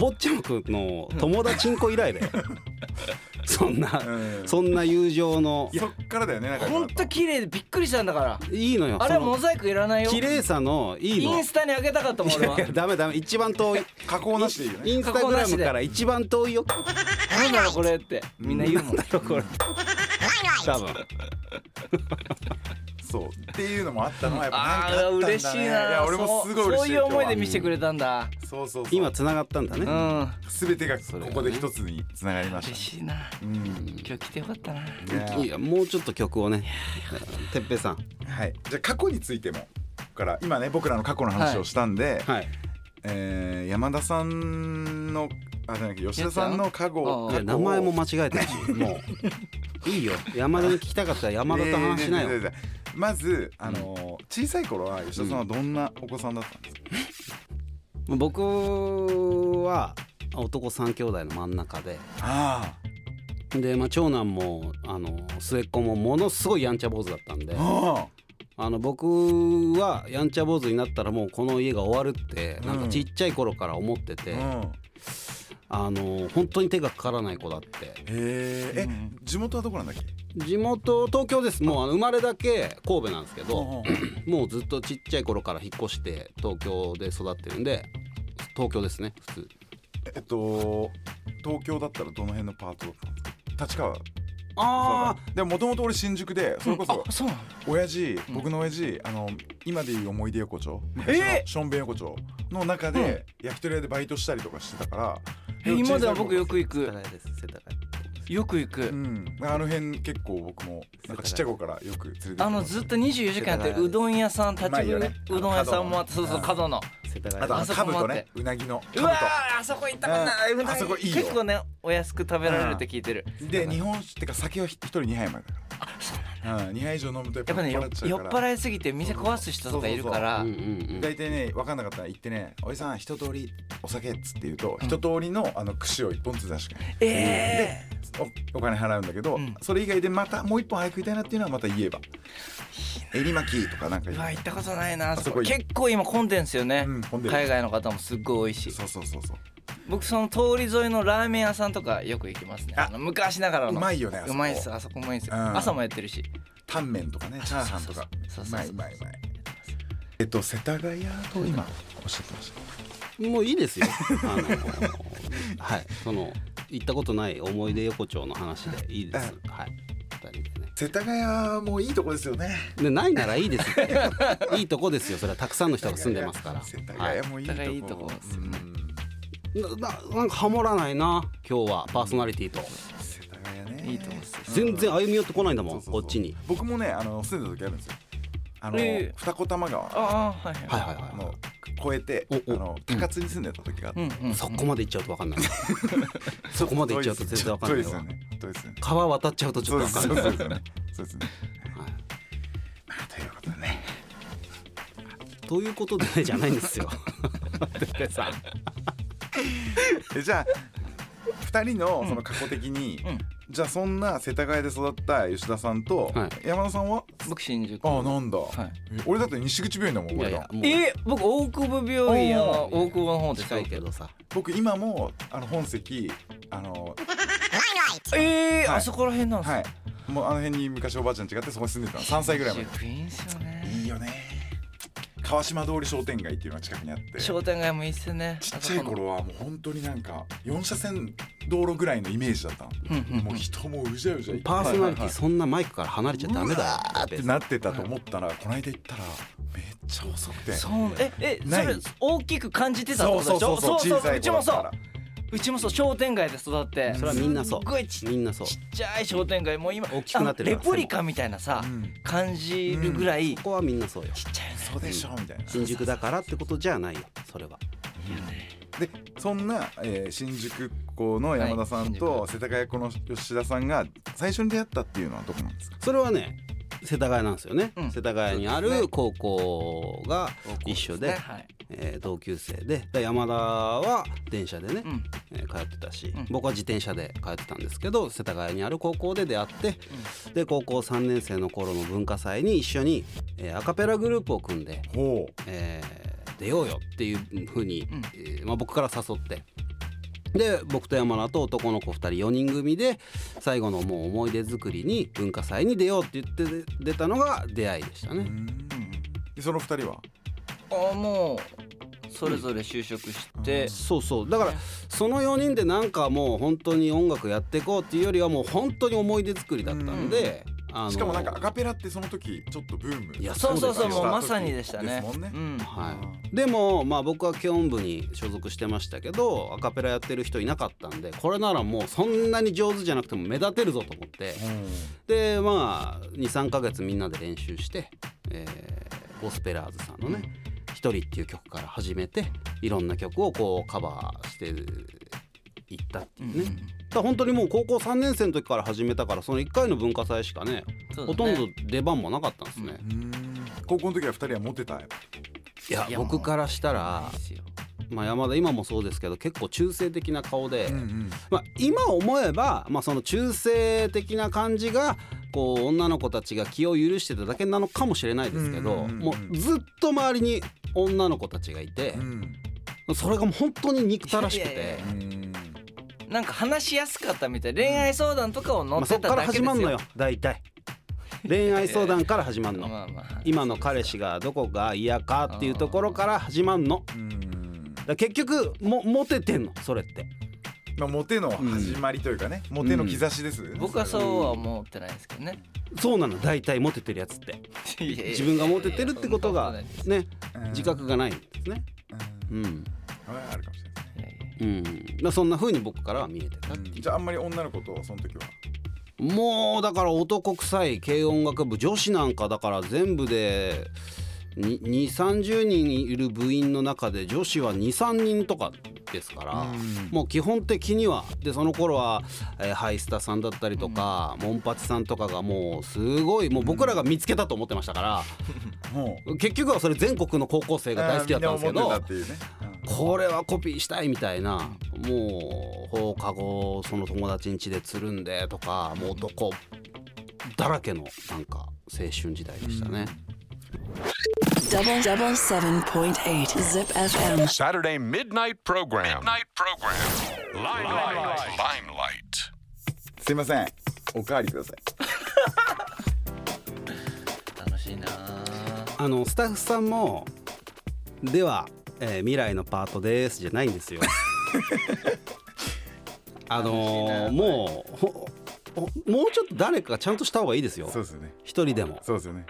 Speaker 5: ぼっちゃんくんの友達んこ以来 だよそんな
Speaker 4: うん
Speaker 5: そんな友情の
Speaker 4: そっからだよねなんか
Speaker 6: ほんと綺麗でびっくりしたんだから
Speaker 5: いいのよ
Speaker 6: あれはモザイクいらないよ
Speaker 5: その綺麗さのいい
Speaker 6: イ
Speaker 5: の
Speaker 6: ンスタにあげたかったもん
Speaker 5: い
Speaker 6: 俺
Speaker 5: や
Speaker 6: はい
Speaker 5: やダメダメ一番遠い
Speaker 4: 加工なしでいいよね
Speaker 5: インスタグラムから一番遠いよ
Speaker 6: なんだろうこれってみんな言うもん
Speaker 5: これ多分
Speaker 4: そうっていうのもあったのはやっぱなん
Speaker 6: あー
Speaker 4: かあったんだ、ね、
Speaker 6: 嬉しいない
Speaker 4: や俺もすごい嬉しい
Speaker 6: そうそういう思いで見
Speaker 4: 今
Speaker 6: せてくれたんだ
Speaker 4: 日はそうそうそう
Speaker 5: 今つながったんだね、
Speaker 6: うん
Speaker 4: 全てがここで一つにつながりま
Speaker 6: 嬉
Speaker 4: し
Speaker 6: しいな
Speaker 4: た、うん
Speaker 6: 今日来てよかったない
Speaker 5: い
Speaker 4: や
Speaker 5: やもうちょっと曲をねてっぺいさん
Speaker 4: はいじゃあ過去についてもから今ね僕らの過去の話をしたんで、
Speaker 5: はい
Speaker 4: えー山田さんのあなんだっけ吉田さんの加護
Speaker 6: あ
Speaker 5: いや名前も間違えてるしもういいよ山田に聞きたかったら山田と話しなよ
Speaker 4: ねえねえねえねえまずあの小さい頃は吉田さんはどんなお子さんだったんですか
Speaker 5: 僕は男三兄弟の真ん中で
Speaker 4: あ
Speaker 5: で、まあ、長男もあの末っ子もものすごいやんちゃ坊主だったんで
Speaker 4: ああ
Speaker 5: あの僕はやんちゃ坊主になったらもうこの家が終わるってなんかちっちゃい頃から思ってて、
Speaker 4: あうん
Speaker 5: あの本当に手がかからない子だって
Speaker 4: へええ地元はどこなんだっけ
Speaker 5: 地元東京ですもうあの生まれだけ神戸なんですけどもうずっとちっちゃい頃から引っ越して東京で育ってるんで東京ですね普通
Speaker 4: えっと東京だったらどの辺のパートだったんですか立川
Speaker 5: あ
Speaker 4: でももともと俺新宿でそれこそ
Speaker 6: あそうなの
Speaker 4: 親父、僕の親父あの今でいう思い出横丁昔のしょんべん横丁の中で焼き鳥屋でバイトしたりとかしてたから、
Speaker 6: え今では僕よ
Speaker 4: く、
Speaker 6: く行く
Speaker 5: あです世田
Speaker 6: よく行
Speaker 4: う
Speaker 6: く
Speaker 4: ん、あの辺結構僕もなんかちっちゃい頃からよく連れてってもら
Speaker 6: あのずっと24時間やってるうどん屋さん立ち
Speaker 4: まあいい
Speaker 6: 食い
Speaker 4: よね
Speaker 6: うどん屋さんもあって
Speaker 4: あ
Speaker 6: そ
Speaker 4: の
Speaker 6: うそう角の
Speaker 5: 世田
Speaker 4: あと
Speaker 5: 谷
Speaker 4: あの
Speaker 6: あそこもあっ
Speaker 4: 兜
Speaker 6: て
Speaker 4: ねうなぎの
Speaker 6: う
Speaker 4: 兜
Speaker 6: わーあそこ行ったことない
Speaker 4: うん
Speaker 6: うな
Speaker 4: あ
Speaker 6: ぎ
Speaker 4: そこいいよ
Speaker 6: 結構ねお安く食べられるって聞いてる
Speaker 4: で日本酒ってか酒は一人2杯までだからうん2杯以上飲むとやっ
Speaker 6: や
Speaker 4: ぱ
Speaker 6: っぱね
Speaker 4: 酔
Speaker 6: よ
Speaker 4: っ払っちゃ
Speaker 6: 酔
Speaker 4: う
Speaker 6: っ
Speaker 4: から
Speaker 6: 払いすぎて店壊す人とかいるか
Speaker 5: う
Speaker 6: ら
Speaker 5: んうん
Speaker 4: 大体ね分かんなかったら行ってね「おじさん一通りお酒」っつって言うと、一通りのあの串を一本ずつ出してくれる
Speaker 6: ええ
Speaker 4: おお金払うんだけど、
Speaker 6: ん
Speaker 4: それ以外でまたもう一本早く食いたいなっていうのはまた言えば「えりまき」とかなんか
Speaker 6: ーう
Speaker 4: 言
Speaker 6: わ
Speaker 4: う
Speaker 6: 行ったことないなあそ
Speaker 4: そ
Speaker 6: こ
Speaker 4: こいい
Speaker 6: 結構今混んでんすよね
Speaker 4: うん混んでる
Speaker 6: 海外の方もすっごい美味しい
Speaker 4: そうそうそうそう
Speaker 6: 僕その通り沿いのラーメン屋さんとかよく行きますね
Speaker 4: あ
Speaker 6: あの昔ながらの
Speaker 4: うまいよねあそこ
Speaker 6: うまいっすあそこもいいっすよ
Speaker 4: うん
Speaker 6: 朝もやってるし
Speaker 4: タンメンとかねチャーハンとか
Speaker 6: そううそうそう
Speaker 4: まいうまいうまいえっと世田谷と今おっしゃってました
Speaker 5: うんもういいですよあのはいその行ったことない思い出横丁の話でいいですはい二人でね
Speaker 4: 世田谷もいいとこですよね
Speaker 5: でないならいいですよ いいとこですよそれはたくさんの人が住んでますから
Speaker 4: 世田
Speaker 5: はい
Speaker 4: 谷もいいとこ,、
Speaker 6: はい世田谷いいとこですよね
Speaker 4: うん
Speaker 5: なななんかハモらないな今日はパーソナリティと
Speaker 4: 世田谷ね
Speaker 6: いいとこっすよ
Speaker 5: 全然歩み寄ってこないんだも
Speaker 4: そうんそうそ
Speaker 5: こ
Speaker 4: う
Speaker 5: っちに
Speaker 4: 僕もねあの住んでた時あるんですよあの、
Speaker 6: ええ
Speaker 4: 二子玉川
Speaker 6: ああはいは
Speaker 5: はいはいは
Speaker 4: あの越えて
Speaker 5: おお
Speaker 4: あの高津に住んでた時があって、
Speaker 6: いうんう
Speaker 5: い
Speaker 6: ん
Speaker 5: そこまで行っちゃうと分かんないそこまで行っちゃうと全然分かんない
Speaker 4: そう
Speaker 5: わ
Speaker 4: ですよねそうですよね
Speaker 5: 川渡っちゃうとちょ
Speaker 4: そう
Speaker 5: っ
Speaker 4: で
Speaker 5: と
Speaker 4: す
Speaker 5: 分かんない
Speaker 4: そうですよねそうですね
Speaker 5: はい
Speaker 4: まあということでね
Speaker 5: ということでじゃないんですよてっぺさん
Speaker 4: えじゃあ二人のその過去的に、
Speaker 6: ん
Speaker 4: じゃあそんな世田谷で育った吉田さんと、
Speaker 5: はい
Speaker 4: 山田さんは
Speaker 6: 僕新宿
Speaker 4: ああなんだ、
Speaker 6: い
Speaker 4: え俺だって西口病院だもん
Speaker 5: いや
Speaker 4: 俺
Speaker 5: いやもう
Speaker 4: ら
Speaker 6: えー僕大久保病院は
Speaker 4: お
Speaker 6: 大久保の方です
Speaker 5: 近
Speaker 6: よ
Speaker 5: いけどさ
Speaker 4: 僕今もあの本籍あの
Speaker 6: えー
Speaker 4: はい
Speaker 6: あそこら辺なんですか
Speaker 4: はいもうあの辺に昔おばあちゃん違ってそこに住んでたの3歳ぐらいまで
Speaker 6: 新宿いいんすよね
Speaker 4: いいよね川島通り商店街っていうのが近くにあってち
Speaker 6: 商店街もいいっすよね
Speaker 4: っちゃい頃はもう本当になんか4車線道路ぐらいのイメージだったの、もう人もうじゃうじゃいて
Speaker 5: パーソナリティ
Speaker 4: はいはいはい
Speaker 5: そんなマイクから離れちゃダメだよてっぺ
Speaker 4: って
Speaker 5: さん
Speaker 4: なってたと思ったら、この間行ったらめっちゃ遅くて
Speaker 6: そううええそ
Speaker 4: ない
Speaker 6: れ大きく感じてたってことでし
Speaker 4: そ
Speaker 6: ょ
Speaker 4: うそうそう
Speaker 6: うちも
Speaker 4: 小さい頃
Speaker 6: そ
Speaker 4: から
Speaker 6: ううちもそう商店街で育って
Speaker 5: それはみんなそう
Speaker 6: すっごいちっ
Speaker 5: みんなそう
Speaker 6: ちっちゃい商店街もう今
Speaker 5: 大きくなってる
Speaker 6: あ
Speaker 5: から
Speaker 6: のレプリカみたいなさ
Speaker 4: ん
Speaker 6: 感じるぐらいち
Speaker 5: こ
Speaker 6: っ
Speaker 5: こはみんなそうよ
Speaker 6: ちゃいよね
Speaker 4: そうでしょみたいな
Speaker 5: 新宿だからってことじゃないよそれは
Speaker 4: でそんな、えー新宿校の山田さんと、
Speaker 6: はい
Speaker 4: 世田谷校の吉田さんが最初に出会ったっていうのはどこなんですか
Speaker 5: それはね世田谷なんですよね、
Speaker 6: うん
Speaker 5: 世田谷にある高校が一緒で
Speaker 6: ねはい
Speaker 5: えー同級生でで山田は電車でね、
Speaker 6: うん
Speaker 5: えー通ってたし、
Speaker 6: ん
Speaker 5: 僕は自転車で通ってたんですけど世田谷にある高校で出会って、で高校3年生の頃の文化祭に一緒に、えーアカペラグループを組んで、
Speaker 4: ほう
Speaker 5: えー出ようよっていうふうに、えーまあ、僕から誘って。で僕と山田と男の子2人4人組で最後のもう思い出作りに文化祭に出ようって言って出たのが出会いでしたね。
Speaker 4: でその二人は
Speaker 6: あもうそれぞれ就職して
Speaker 5: そうそうだからその4人でなんかもう本当に音楽やっていこうっていうよりはもう本当に思い出作りだったんで、あの
Speaker 4: しかもなんかアカペラってその時ちょっとブーム
Speaker 5: いや
Speaker 6: そうそうそ
Speaker 5: そ
Speaker 6: う
Speaker 5: うです
Speaker 6: もうまさにでしたね
Speaker 4: ですもんね
Speaker 6: うん
Speaker 5: はい、でもまあ僕は軽音部に所属してましたけどアカペラやってる人いなかったんでこれならもうそんなに上手じゃなくても目立てるぞと思って、でまあ23ヶ月みんなで練習して、えーゴスペラーズさんのね「一人」っていう曲から始めていろんな曲をこうカバーして行ったっていうね、だから本当にもう高校3年生の時から始めたからその1回の文化祭しかね
Speaker 6: そうだ
Speaker 5: ほ
Speaker 6: ね
Speaker 5: とんど出番もなかったんですね、
Speaker 4: 高校の時は二人はモテたやっぱ
Speaker 5: いや僕からしたら、まあ、山田今もそうですけど結構中性的な顔で、まあ、今思えば、まあ、その中性的な感じがこう女の子たちが気を許してただけなのかもしれないですけど、
Speaker 4: うんうんうんうん
Speaker 5: もうずっと周りに女の子たちがいて、それがもう本当に憎たらしくて。
Speaker 6: いやいやいや
Speaker 4: うん
Speaker 6: なんか話しやすかったみたい恋愛相談とかを
Speaker 5: ま
Speaker 6: 乗
Speaker 5: あ、
Speaker 6: っ
Speaker 5: そっ
Speaker 6: て
Speaker 5: か
Speaker 6: た
Speaker 5: ら
Speaker 6: だけです
Speaker 5: 始まん
Speaker 6: よ、
Speaker 5: のよ大体恋愛相談から始まんの
Speaker 6: まあまあ
Speaker 5: 今の彼氏がどこが嫌かっていうところから始まんのだから結局もモテてんのそれって
Speaker 4: まあモテの始まりというかね、モテの兆しですよね、
Speaker 6: 僕はそうは思ってないですけどね
Speaker 5: そうなの大体モテてるやつって
Speaker 6: いやいやいや
Speaker 5: 自分がモテてるってことが
Speaker 6: そんなこ
Speaker 5: ね
Speaker 4: うん
Speaker 5: 自覚がないんですねうん、
Speaker 4: うんあるかもしれない
Speaker 6: とないですいや
Speaker 5: う
Speaker 6: い
Speaker 5: ん、だからそんな風に僕からは見えてたっていう
Speaker 4: じゃああんまり女の子とその時は
Speaker 5: もうだから男臭い軽音楽部女子なんかだから全部で2 3 0人いる部員の中で女子は23人とかですからもう基本的にはでその頃は、えーハイスタさんだったりとか、モンパチさんとかがもうすごいもう僕らが見つけたと思ってましたから、
Speaker 4: も
Speaker 5: 結局はそれ全国の高校生が大好きだったんですけ
Speaker 4: みな思
Speaker 5: ど
Speaker 4: ってたっていうね
Speaker 5: これはコピーしたいみたいなもう放課後その友達ん家でつるんでとかもう男だらけのなんか青春時代でしたね。
Speaker 2: Double double seven point eight zip FM.
Speaker 3: Saturday midnight program. Midnight program. Limelight. Limelight.
Speaker 4: すいませんおかわりください
Speaker 6: や楽しいな
Speaker 5: あのスタッフさんもでは、えー未来のパートですじゃないん ですよ。あのーもうほほもうちょっと誰かがちゃんとした方がいいですよ
Speaker 4: そうですよね
Speaker 5: 一人でも。
Speaker 4: そうですよね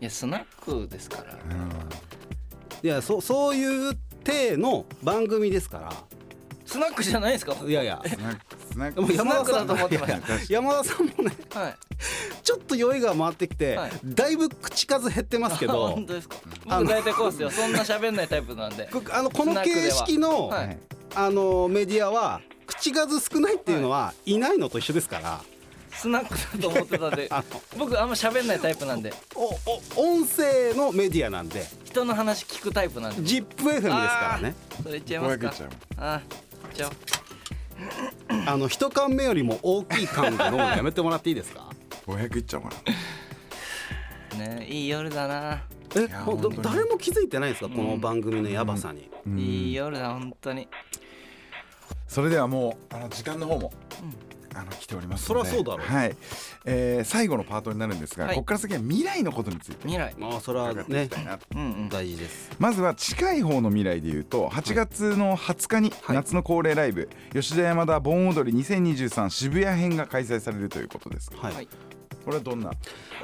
Speaker 6: いやスナックですから
Speaker 5: いやそそういう体の番組ですか
Speaker 6: スナックじゃないですかはい
Speaker 5: らいやいや
Speaker 4: なんかな
Speaker 5: で
Speaker 4: んか
Speaker 5: も山田さん
Speaker 6: スナックだと思ってました
Speaker 5: いやいや山田さんもねちょっと酔いが回ってきて、
Speaker 6: はい
Speaker 5: だいぶ口数減ってますけど
Speaker 6: 本当ですか僕大体こうですよそんな喋んないタイプなんで
Speaker 5: こあのこの
Speaker 6: スナックでは
Speaker 5: 形式の,、
Speaker 6: はい
Speaker 5: あのメディアは口数少ないっていうのは、い、ないのと一緒ですから
Speaker 6: スナックだと思ってたん で
Speaker 5: あ
Speaker 6: 僕あんま喋んないタイプなんで
Speaker 5: おお音声のメディアなんで
Speaker 6: 人の話聞くタイプなんで
Speaker 5: ZIPFM ですからね
Speaker 6: それいっちゃい
Speaker 4: ぼ
Speaker 6: ま
Speaker 4: や
Speaker 6: す
Speaker 4: け
Speaker 6: か
Speaker 4: ちゃう
Speaker 6: あーいっちゃおう
Speaker 5: あの一缶目よりも大きい缶で飲むのやめてもらっていいですか
Speaker 4: ぼやけちゃうかな
Speaker 6: ねいい夜だな、
Speaker 5: え
Speaker 4: や
Speaker 5: ほんと
Speaker 4: 本当に
Speaker 5: 誰も気づいてないですかこの番組のヤバさに、
Speaker 6: いい夜だ本当に
Speaker 4: それではもうあの時間の方も、あの来ておりますので
Speaker 5: そりゃそうだろう
Speaker 4: はい、えー、最後のパートになるんですが、
Speaker 6: はい
Speaker 4: ここから先は未来のことについて
Speaker 6: 未来
Speaker 5: まあそれは
Speaker 4: 伺ってい
Speaker 5: ね
Speaker 4: きたいなと
Speaker 6: うんうん
Speaker 5: 大事です
Speaker 4: まずは近い方の未来でいうと8月の20日に
Speaker 5: い
Speaker 4: 夏の恒例ライブ、吉田山田盆踊り2023渋谷編が開催されるということですが
Speaker 5: はい
Speaker 6: はい
Speaker 4: これはどんな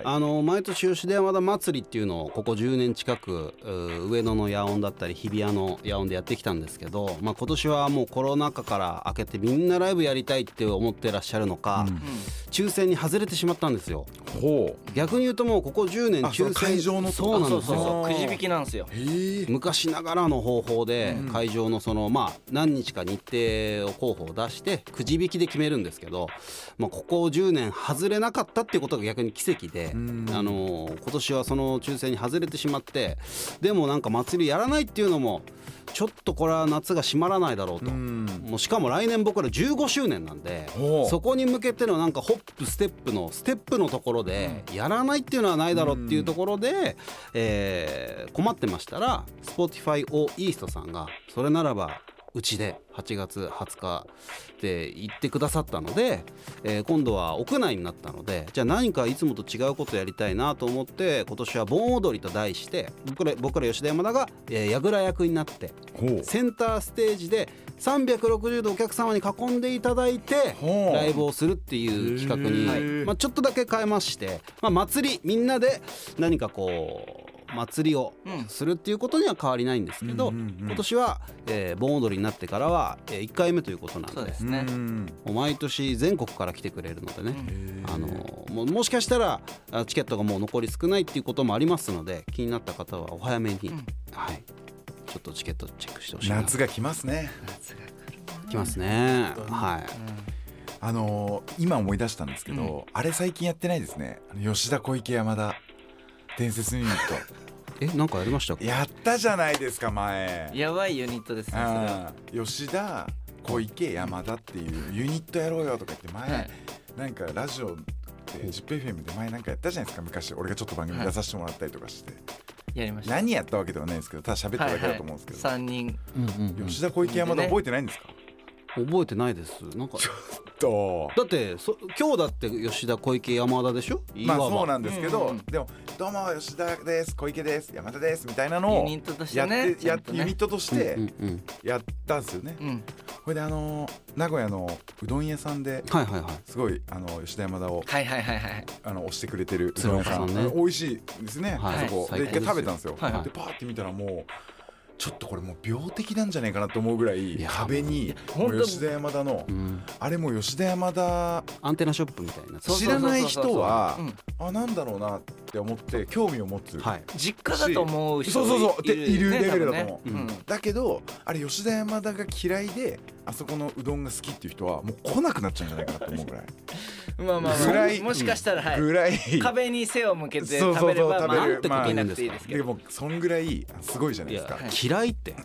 Speaker 5: あの毎年吉田山田祭りっていうのをここ10年近くうー上野の野音だったり日比谷の野音でやってきたんですけど、まあ、今年はもうコロナ禍から明けてみんなライブやりたいって思ってらっしゃるのか、抽選に外れてしまったんですよ
Speaker 4: ほ
Speaker 5: 逆に言うともうここ10年
Speaker 4: あそ
Speaker 5: 抽選
Speaker 4: の会場のと
Speaker 5: そうなんですよ
Speaker 6: そうそうくじ引きなんですよ
Speaker 4: うへえ
Speaker 5: 昔ながらの方法で会場のそのまあ何日か日程を候補を出してくじ引きで決めるんですけどまあここ10年外れなかったっていうことが逆に奇跡であのー今年はその抽選に外れてしまってでもなんか祭りやらないっていうのもちょっとこれは夏が閉まらないだろうともうしかも来年僕ら15周年なんで
Speaker 4: ほう
Speaker 5: そこに向けてのなんかホップステップのステップのところでやらないっていうのはないだろうっていうところで、えー困ってましたら Spotify をイーストさんがそれならばうちで8月20日で言ってくださったので、えー今度は屋内になったのでじゃあ何かいつもと違うことやりたいなと思って今年は盆踊りと題して僕ら僕ら吉田山田が、えー、櫓役になって
Speaker 4: ほう
Speaker 5: センターステージで360度お客様に囲んでいただいて
Speaker 4: ほう
Speaker 5: ライブをするっていう企画に、はいまあ、ちょっとだけ変えまして、まあ、祭りみんなで何かこう祭りをするっていうことには変わりないんですけど、今年は、えー盆踊りになってからは、え1回目ということなんで
Speaker 6: そうですね
Speaker 4: うん
Speaker 5: もう毎年全国から来てくれるのでね、あのもうもしかしたらあチケットがもう残り少ないっていうこともありますので気になった方はお早めに、はい、ちょっとチケットチェックしてほしいな
Speaker 4: 夏が来ますね
Speaker 5: きますねはい
Speaker 4: あのー今思い出したんですけど、あれ最近やってないですねあの吉田小池山田伝説ユニッ
Speaker 5: えなんかやりましたっ
Speaker 4: ト
Speaker 5: け
Speaker 4: やったじゃないですか前
Speaker 6: やばいユニットですねそれは
Speaker 4: うん吉田小池山田っていうユニットやろうよとか言って前、
Speaker 6: はい
Speaker 4: なんかラジオで ZIPFM で前なんかやったじゃないですか昔俺がちょっと番組出させてもらったりとかして、
Speaker 6: やりました
Speaker 4: 何やったわけではないですけどただ喋っただけだと思うんですけど、
Speaker 6: 3人
Speaker 5: うんうんうん
Speaker 4: 吉田小池山田覚えてないんですか、
Speaker 5: 覚えてないですなんか
Speaker 4: と
Speaker 5: だってそ今日だって吉田小池山田でしょ
Speaker 4: まあ
Speaker 5: いわば
Speaker 4: そうなんですけど、
Speaker 6: うんうん
Speaker 4: でも「どうも吉田です小池です山田です」みたいなの
Speaker 6: ユ
Speaker 4: を
Speaker 6: ニットとし
Speaker 4: や
Speaker 6: て
Speaker 4: っ
Speaker 6: ね
Speaker 4: て
Speaker 6: ち
Speaker 4: や
Speaker 6: ゃ
Speaker 4: っ
Speaker 6: んと
Speaker 4: ユニッ
Speaker 6: ね
Speaker 4: トとし
Speaker 5: う
Speaker 4: て
Speaker 5: んうん
Speaker 4: やったんですよね。
Speaker 6: うん
Speaker 4: これであのー名古屋のうどん屋さんで
Speaker 5: はいはいはい
Speaker 4: すごいあの吉田山田を
Speaker 6: はいはいはいはい
Speaker 4: あの押してくれてるうどん屋さん
Speaker 5: 鶴岡さんね
Speaker 4: 美味しいですね、
Speaker 5: はい
Speaker 4: あそこ
Speaker 5: はい
Speaker 4: で一回
Speaker 5: 最高ですよ
Speaker 4: 食べたんですよ、
Speaker 6: はいはい
Speaker 4: でパーって見たらもうちょっとこれもう病的なんじゃないかなと思うぐらい
Speaker 5: いや
Speaker 4: 壁に
Speaker 6: もう
Speaker 4: もう吉田山田の
Speaker 5: うん
Speaker 4: あれもう吉田山田
Speaker 5: アンテナショップみたいな
Speaker 6: そうそう
Speaker 4: 知らない人は
Speaker 6: そうそう
Speaker 4: あなんだろうなって思って興味を持つ、
Speaker 5: はい
Speaker 6: 実家だと思う人
Speaker 4: そうそうそうっている
Speaker 6: よ
Speaker 4: レ
Speaker 6: ね
Speaker 4: ベルだと思う
Speaker 6: 多分ね
Speaker 4: だけどあれ吉田山田が嫌いであそこのうどんが好きっていう人はもう来なくなっちゃうんじゃないかなと思うぐらい
Speaker 6: うんまあまあ
Speaker 4: ぐ
Speaker 6: ま
Speaker 4: らい
Speaker 6: あもしかしたらはい
Speaker 4: ぐらい
Speaker 6: 壁に背を向けて
Speaker 4: そうそうそ
Speaker 6: 食
Speaker 4: う
Speaker 6: べれば
Speaker 4: 食べ
Speaker 6: まあ
Speaker 4: れる
Speaker 6: なんてことになくていい
Speaker 5: まあ
Speaker 6: ですけ
Speaker 4: で
Speaker 6: ど
Speaker 4: もそんぐらいすごいじゃないですか
Speaker 5: い嫌い って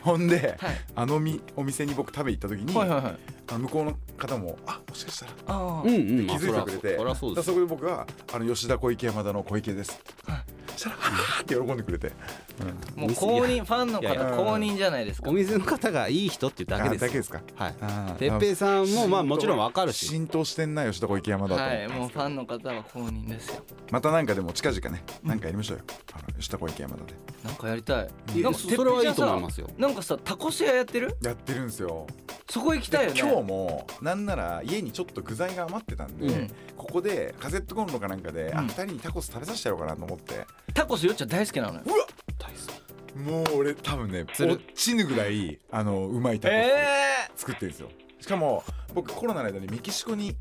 Speaker 4: ほんで、
Speaker 6: はい
Speaker 4: あのみお店に僕食べ行った時に、
Speaker 6: はいはいはい
Speaker 4: あの向こうの方もあもしかしたら
Speaker 6: あ
Speaker 5: うん
Speaker 6: ー
Speaker 5: うん
Speaker 4: 気づいてくれて、
Speaker 5: そりゃそう
Speaker 4: だから
Speaker 5: で
Speaker 4: そ
Speaker 5: す
Speaker 4: こで僕があの吉田小池山田の小池です、そしたらあーって喜んでくれて、
Speaker 6: もう公認ファンの
Speaker 5: いやい
Speaker 6: 方
Speaker 4: や
Speaker 6: 公認じゃないですか
Speaker 5: お店の方がいい人っていうだ
Speaker 4: あ
Speaker 5: け
Speaker 4: ー
Speaker 5: です
Speaker 4: だけですか
Speaker 5: はい
Speaker 4: あー
Speaker 5: 哲平さんもまあもちろんわかるし
Speaker 4: 浸透してんな吉田小池山田と、
Speaker 6: はいもうファンの方は公認ですよ
Speaker 4: またなんかでも近々ねなんかやりましょうよ、あの吉田小池山田で
Speaker 6: なんかやりたい
Speaker 5: いや
Speaker 6: なんか
Speaker 5: そそれはいい
Speaker 6: てっぺんちゃんさ
Speaker 5: と思いますよ
Speaker 6: なんかさタコス屋やってる
Speaker 4: やってるんですよ
Speaker 6: そこ行きたいよね
Speaker 4: 今日もなんなら家にちょっと具材が余ってたんで、
Speaker 6: うん
Speaker 4: ここでカセットコンロかなんかで、あ
Speaker 6: うん
Speaker 4: 2人にタコス食べさせてやろうかなと思って
Speaker 6: タコスよっちゃん大好きなのよ
Speaker 5: 大好き
Speaker 4: もう俺多分ね
Speaker 5: つる
Speaker 4: 落ちぬぐらいあのうまいタコス
Speaker 6: ええ
Speaker 4: 作ってるんですよ、しかも僕コロナの間にメキシコに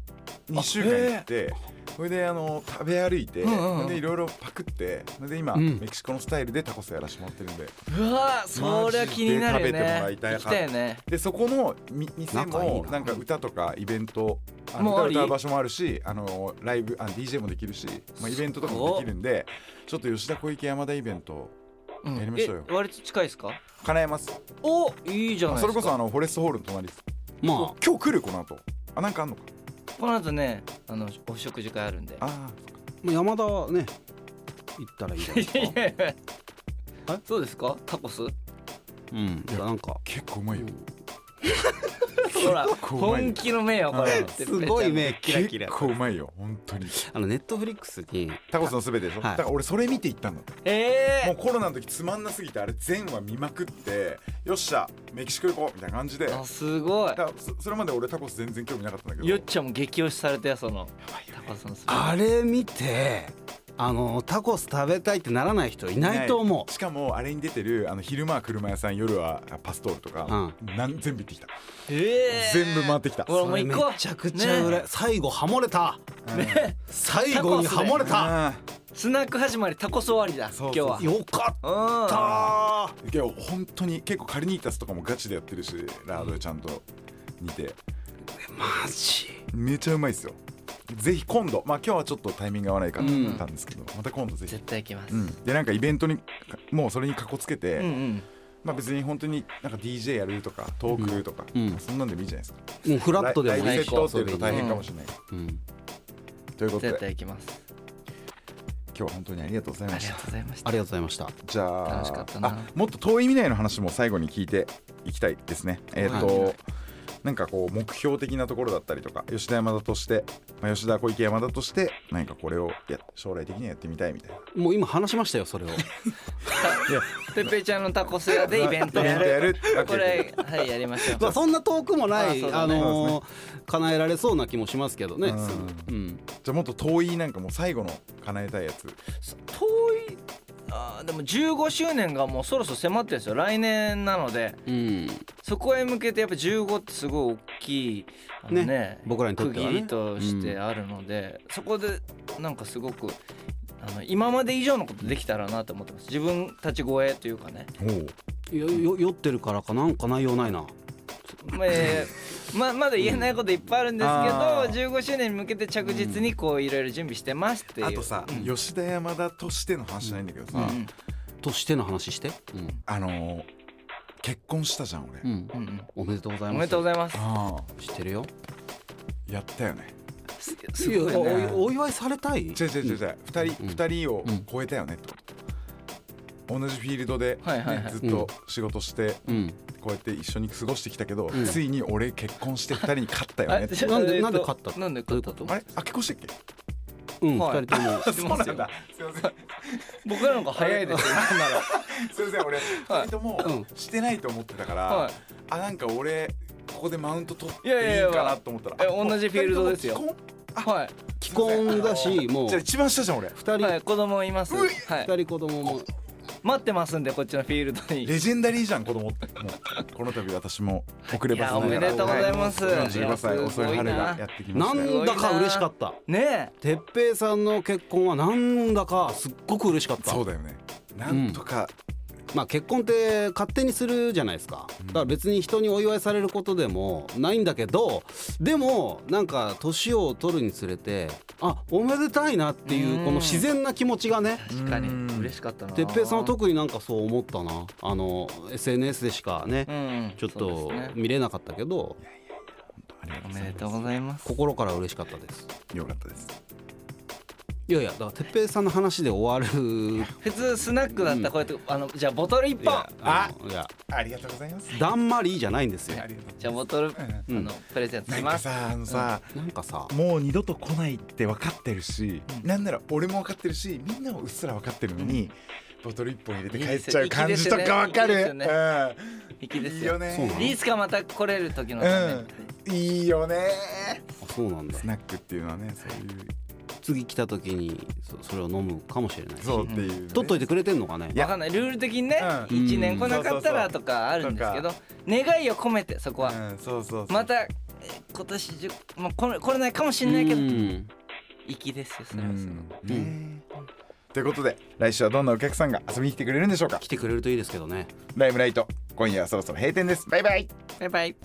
Speaker 4: 2週間行ってそれであの食べ歩いて、
Speaker 6: うんうんう
Speaker 4: そ
Speaker 6: ん
Speaker 4: れでいろいろパクってそれで今、
Speaker 5: うん
Speaker 4: メキシコのスタイルでタコスやらしてもらってるんで
Speaker 6: うわーそりゃ気になる
Speaker 4: マジで食べ
Speaker 6: よね
Speaker 4: てもらいたい
Speaker 6: 行きたいよね
Speaker 4: でそこのみ店
Speaker 5: 仲いい
Speaker 4: も
Speaker 5: な
Speaker 4: なんか歌とかイベントあ
Speaker 6: もう
Speaker 4: の歌
Speaker 6: あ
Speaker 4: う
Speaker 6: り
Speaker 4: 歌う場所もあるしあのライブあ DJ もできるし、まあ、イベントとかもできるんでちょっと吉田小池山田イベント
Speaker 6: うん
Speaker 4: やりましょうよ
Speaker 6: え割と近いですか
Speaker 4: 叶えます
Speaker 6: おいいじゃない
Speaker 4: そ
Speaker 6: で
Speaker 4: れ
Speaker 6: す
Speaker 4: こ
Speaker 6: か
Speaker 4: そあのフォレストホールの隣です
Speaker 5: ま
Speaker 4: 今日来るこの後あなんかあんのか
Speaker 6: この後ねあのお食事会あるんで
Speaker 4: あ
Speaker 5: あ山田はね行ったらいいんじゃない ですか
Speaker 6: そうですかタコス
Speaker 5: うん
Speaker 4: いや
Speaker 5: なんか
Speaker 4: 結構うまいよ、
Speaker 6: ほら
Speaker 4: 構うまい
Speaker 6: 本気の目よこれてっぺんちゃん
Speaker 4: 結構うまいよ本当に
Speaker 5: あのネットフリックスに
Speaker 4: タコスのすべてでしょ、
Speaker 5: はい
Speaker 4: だから俺それ見て行ったの
Speaker 6: え
Speaker 4: もう
Speaker 6: え
Speaker 4: コロナの時つまんなすぎてあれ全話見まくってよっしゃメキシコ行こうみたいな感じでだ
Speaker 6: あすごい
Speaker 4: からそそれまで俺タコス全然興味なかったんだけど
Speaker 6: よっちゃんも激推しされたよそのタコスのスープ
Speaker 5: あれ見てあのタコス食べたいってならない人いないと思う
Speaker 4: しかもあれに出てるあの昼間は車屋さん夜はパストールとか、なん全部行ってきた
Speaker 6: ええ
Speaker 4: 全部回ってきた
Speaker 6: ほらもう
Speaker 5: め
Speaker 6: 行こう
Speaker 5: ちゃくちゃ
Speaker 6: ね
Speaker 5: 裏最後ハモれた最後にハモれた
Speaker 4: あ
Speaker 6: スナック始まりタコス終わりだ
Speaker 4: そ
Speaker 6: 今
Speaker 4: う
Speaker 6: 日
Speaker 4: そう
Speaker 6: は
Speaker 5: よかっ
Speaker 6: うん
Speaker 5: た
Speaker 4: ーいや本当に結構カルニータスとかもガチでやってるしラードでちゃんと似て
Speaker 5: マジ
Speaker 4: めちゃうまいですよぜひ今度まあ今日はちょっとタイミング合わないかったんですけど、また今度ぜひ
Speaker 6: 絶対行きます
Speaker 4: う
Speaker 6: うん
Speaker 4: ん、でなんかイベントにもうそれにかこつけて、
Speaker 6: うん
Speaker 4: まあ別に本当になんか DJ やるとかトークとか、
Speaker 5: うんうん
Speaker 4: そんなんでもいいじゃないですか
Speaker 5: もうフラットでも
Speaker 4: ライ
Speaker 5: い
Speaker 4: ラ
Speaker 5: い
Speaker 4: イブ
Speaker 5: し
Speaker 4: セットっていうと大変かもしれない、
Speaker 5: うん
Speaker 4: ということで
Speaker 6: 絶対行きます
Speaker 4: 今日は本当にありがとうござい
Speaker 6: あ
Speaker 4: ま
Speaker 6: り
Speaker 4: し
Speaker 6: が
Speaker 4: た
Speaker 6: とうございました
Speaker 5: ありがとうございました
Speaker 4: じゃあ
Speaker 6: 楽しかったな
Speaker 4: あもっと遠い未来の話も最後に聞いていきたいですねえっ、と、なんかこう目標的なところだったりとか吉田山田として、まあ、吉田小池山田として何かこれをや将来的にはやってみたいみたいな
Speaker 5: もう今話しましたよ それを
Speaker 6: ペペちゃんのタコス屋でイベントやる。
Speaker 4: イベントやる
Speaker 6: これはいやりましょ
Speaker 5: まあ
Speaker 6: う。
Speaker 5: そんな遠くもない
Speaker 6: あ
Speaker 5: あ
Speaker 6: そうだね
Speaker 5: のー叶えられそうな気もしますけどね
Speaker 4: うん
Speaker 5: うん
Speaker 4: じゃあもっと遠いなんかもう最後の叶えたいやつ
Speaker 6: 遠い。あーでも15周年がもうそろそろ迫ってるんですよ来年なので
Speaker 5: うん
Speaker 6: そこへ向けてやっぱ15ってすごい大きいあのね
Speaker 5: ね僕らにとってはね
Speaker 6: 区切りとしてあるので、そこでなんかすごくあの今まで以上のことできたらなと思ってます自分たち超えというかね
Speaker 4: おう
Speaker 5: よよ酔ってるからかなんか内容ないな
Speaker 6: え ーままだ言えないこといっぱいあるんです
Speaker 4: あー
Speaker 6: けど15周年に向けて着実にこういろいろ準備してますっていう
Speaker 4: あとさ、吉田山田としての話じゃないんだけどさ、
Speaker 6: うん
Speaker 5: としての話して、うん
Speaker 4: あのー結婚したじゃん俺、
Speaker 5: うん
Speaker 6: うんうん
Speaker 5: おめでとうござい
Speaker 6: お
Speaker 5: ます
Speaker 6: めでとうございます
Speaker 4: ああ
Speaker 5: 知ってるよ
Speaker 4: やったよね
Speaker 6: すごい
Speaker 5: い
Speaker 6: ね
Speaker 5: やおお祝いされたい
Speaker 4: 違う違う違う違う二人
Speaker 5: うん
Speaker 4: 二人を超えたよねってこと同じフィールドで、ね
Speaker 6: はいはいはい
Speaker 4: ずっと仕事して
Speaker 5: うん
Speaker 4: こうやって一緒に過ごしてきたけど、
Speaker 5: ん
Speaker 4: ついに俺結婚して二人に勝ったよね
Speaker 6: あ
Speaker 4: って
Speaker 6: ちょ
Speaker 5: なんで
Speaker 6: えっと
Speaker 5: なんで勝ったの
Speaker 6: なんで
Speaker 5: どうい
Speaker 6: 勝
Speaker 5: う
Speaker 6: った
Speaker 5: こと
Speaker 4: あれあ結婚したっけ
Speaker 5: うん、
Speaker 6: はい
Speaker 5: 二人と も
Speaker 6: 知ってますよ
Speaker 4: すいません
Speaker 6: 僕らの方が早いですよなんなら
Speaker 4: すいません俺二人ともしてないと思ってたから、
Speaker 6: はい
Speaker 4: あなんか俺ここでマウント取ってい
Speaker 6: いやいやいや
Speaker 4: いかなと思ったら
Speaker 6: え同じフィールドですよ
Speaker 4: あ二人とも
Speaker 6: はい
Speaker 5: 既婚だしもう
Speaker 4: 既婚じゃあ一番下じゃん俺
Speaker 5: 二人
Speaker 6: はい子供いますはい
Speaker 5: 二人子供も
Speaker 6: 待ってますんでこっちのフィールドに
Speaker 4: レジェンダリーじゃん子供ってもうこの度私も遅ればせながら
Speaker 6: いやおめでとうございます
Speaker 4: 45歳
Speaker 6: いや
Speaker 4: 遅い春が
Speaker 6: すごいな
Speaker 4: やってきま
Speaker 5: な
Speaker 4: したよ
Speaker 5: んだか嬉しかった
Speaker 6: ね
Speaker 5: 哲平さんの結婚はなんだかすっごく嬉しかった
Speaker 4: そうだよねなんとか、
Speaker 5: まあ結婚って勝手にするじゃないですかだから別に人にお祝いされることでもないんだけどでもなんか年を取るにつれてあおめでたいなっていうこの自然な気持ちがね
Speaker 6: え確かに嬉しかったな
Speaker 5: 哲平さんは特になんかそう思ったなあの SNS でしかね、
Speaker 6: うん
Speaker 5: ちょっ
Speaker 6: そ
Speaker 5: と
Speaker 6: うですね
Speaker 5: 見れなかったけど、
Speaker 6: おめでとうございます
Speaker 5: 心から嬉しかったです
Speaker 4: よかったです
Speaker 5: いやいやだから哲平さんの話で終わる
Speaker 6: 普通スナックだったらこうやってあのじゃあボトル一本
Speaker 5: あのいや
Speaker 4: ありがとうございます
Speaker 5: だんまりじゃないんですよ
Speaker 4: りがとう
Speaker 6: じゃあボトルあ
Speaker 5: ん
Speaker 6: のプレゼント
Speaker 4: な
Speaker 6: し
Speaker 4: ん
Speaker 6: ま
Speaker 4: か
Speaker 6: す
Speaker 4: さあのさ、
Speaker 5: なんかさ
Speaker 4: もう二度と来ないって分かってるし、なんなら俺も分かってるしみんなもうっすら分かってるのに、ボトル一本入れて帰っちゃう感じとか分か
Speaker 6: いい
Speaker 4: る
Speaker 6: ですよね
Speaker 4: うん
Speaker 6: いいですよねいい
Speaker 5: そうなの
Speaker 4: いいよね
Speaker 6: ですよいつかまた来れる時のために
Speaker 4: うんいいよね
Speaker 5: あそうなんだ
Speaker 4: スナックっていうのはねそういう
Speaker 5: 次来た時にそそれを飲むかもしれないし
Speaker 4: そうっていうね、
Speaker 5: 取っといてくれてんのかね
Speaker 4: いや
Speaker 6: わかんないルール的にね
Speaker 4: うん
Speaker 6: 1年来なかったらとかあるんですけど願いを込めてそこは
Speaker 4: うん、そうそうそう
Speaker 6: またえ今年じゅ、まあ、来れ来れないかもしれないけど粋ですよそれはそれは
Speaker 4: うんねということで来週はどんなお客さんが遊びに来てくれるんでしょうか
Speaker 5: 来てくれるといいですけどね
Speaker 4: ライムライト今夜はそろそろ閉店ですバイバイ
Speaker 6: バイバイ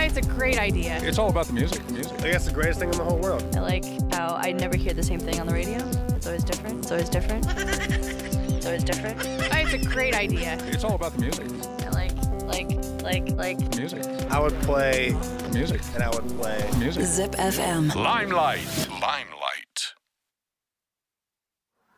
Speaker 1: It's a great idea.
Speaker 3: It's all about the music. music.
Speaker 7: I guess the greatest thing in the whole world.
Speaker 1: I like how I never hear the same thing on the radio. It's always different. It's always different. It's always different. It's a great idea.
Speaker 3: It's all about the music.
Speaker 1: I like, like, like, like.
Speaker 3: Music.
Speaker 7: I would play,
Speaker 3: Music.
Speaker 7: and I would play.
Speaker 3: Music.
Speaker 2: Zip FM.
Speaker 3: Limelight. Limelight.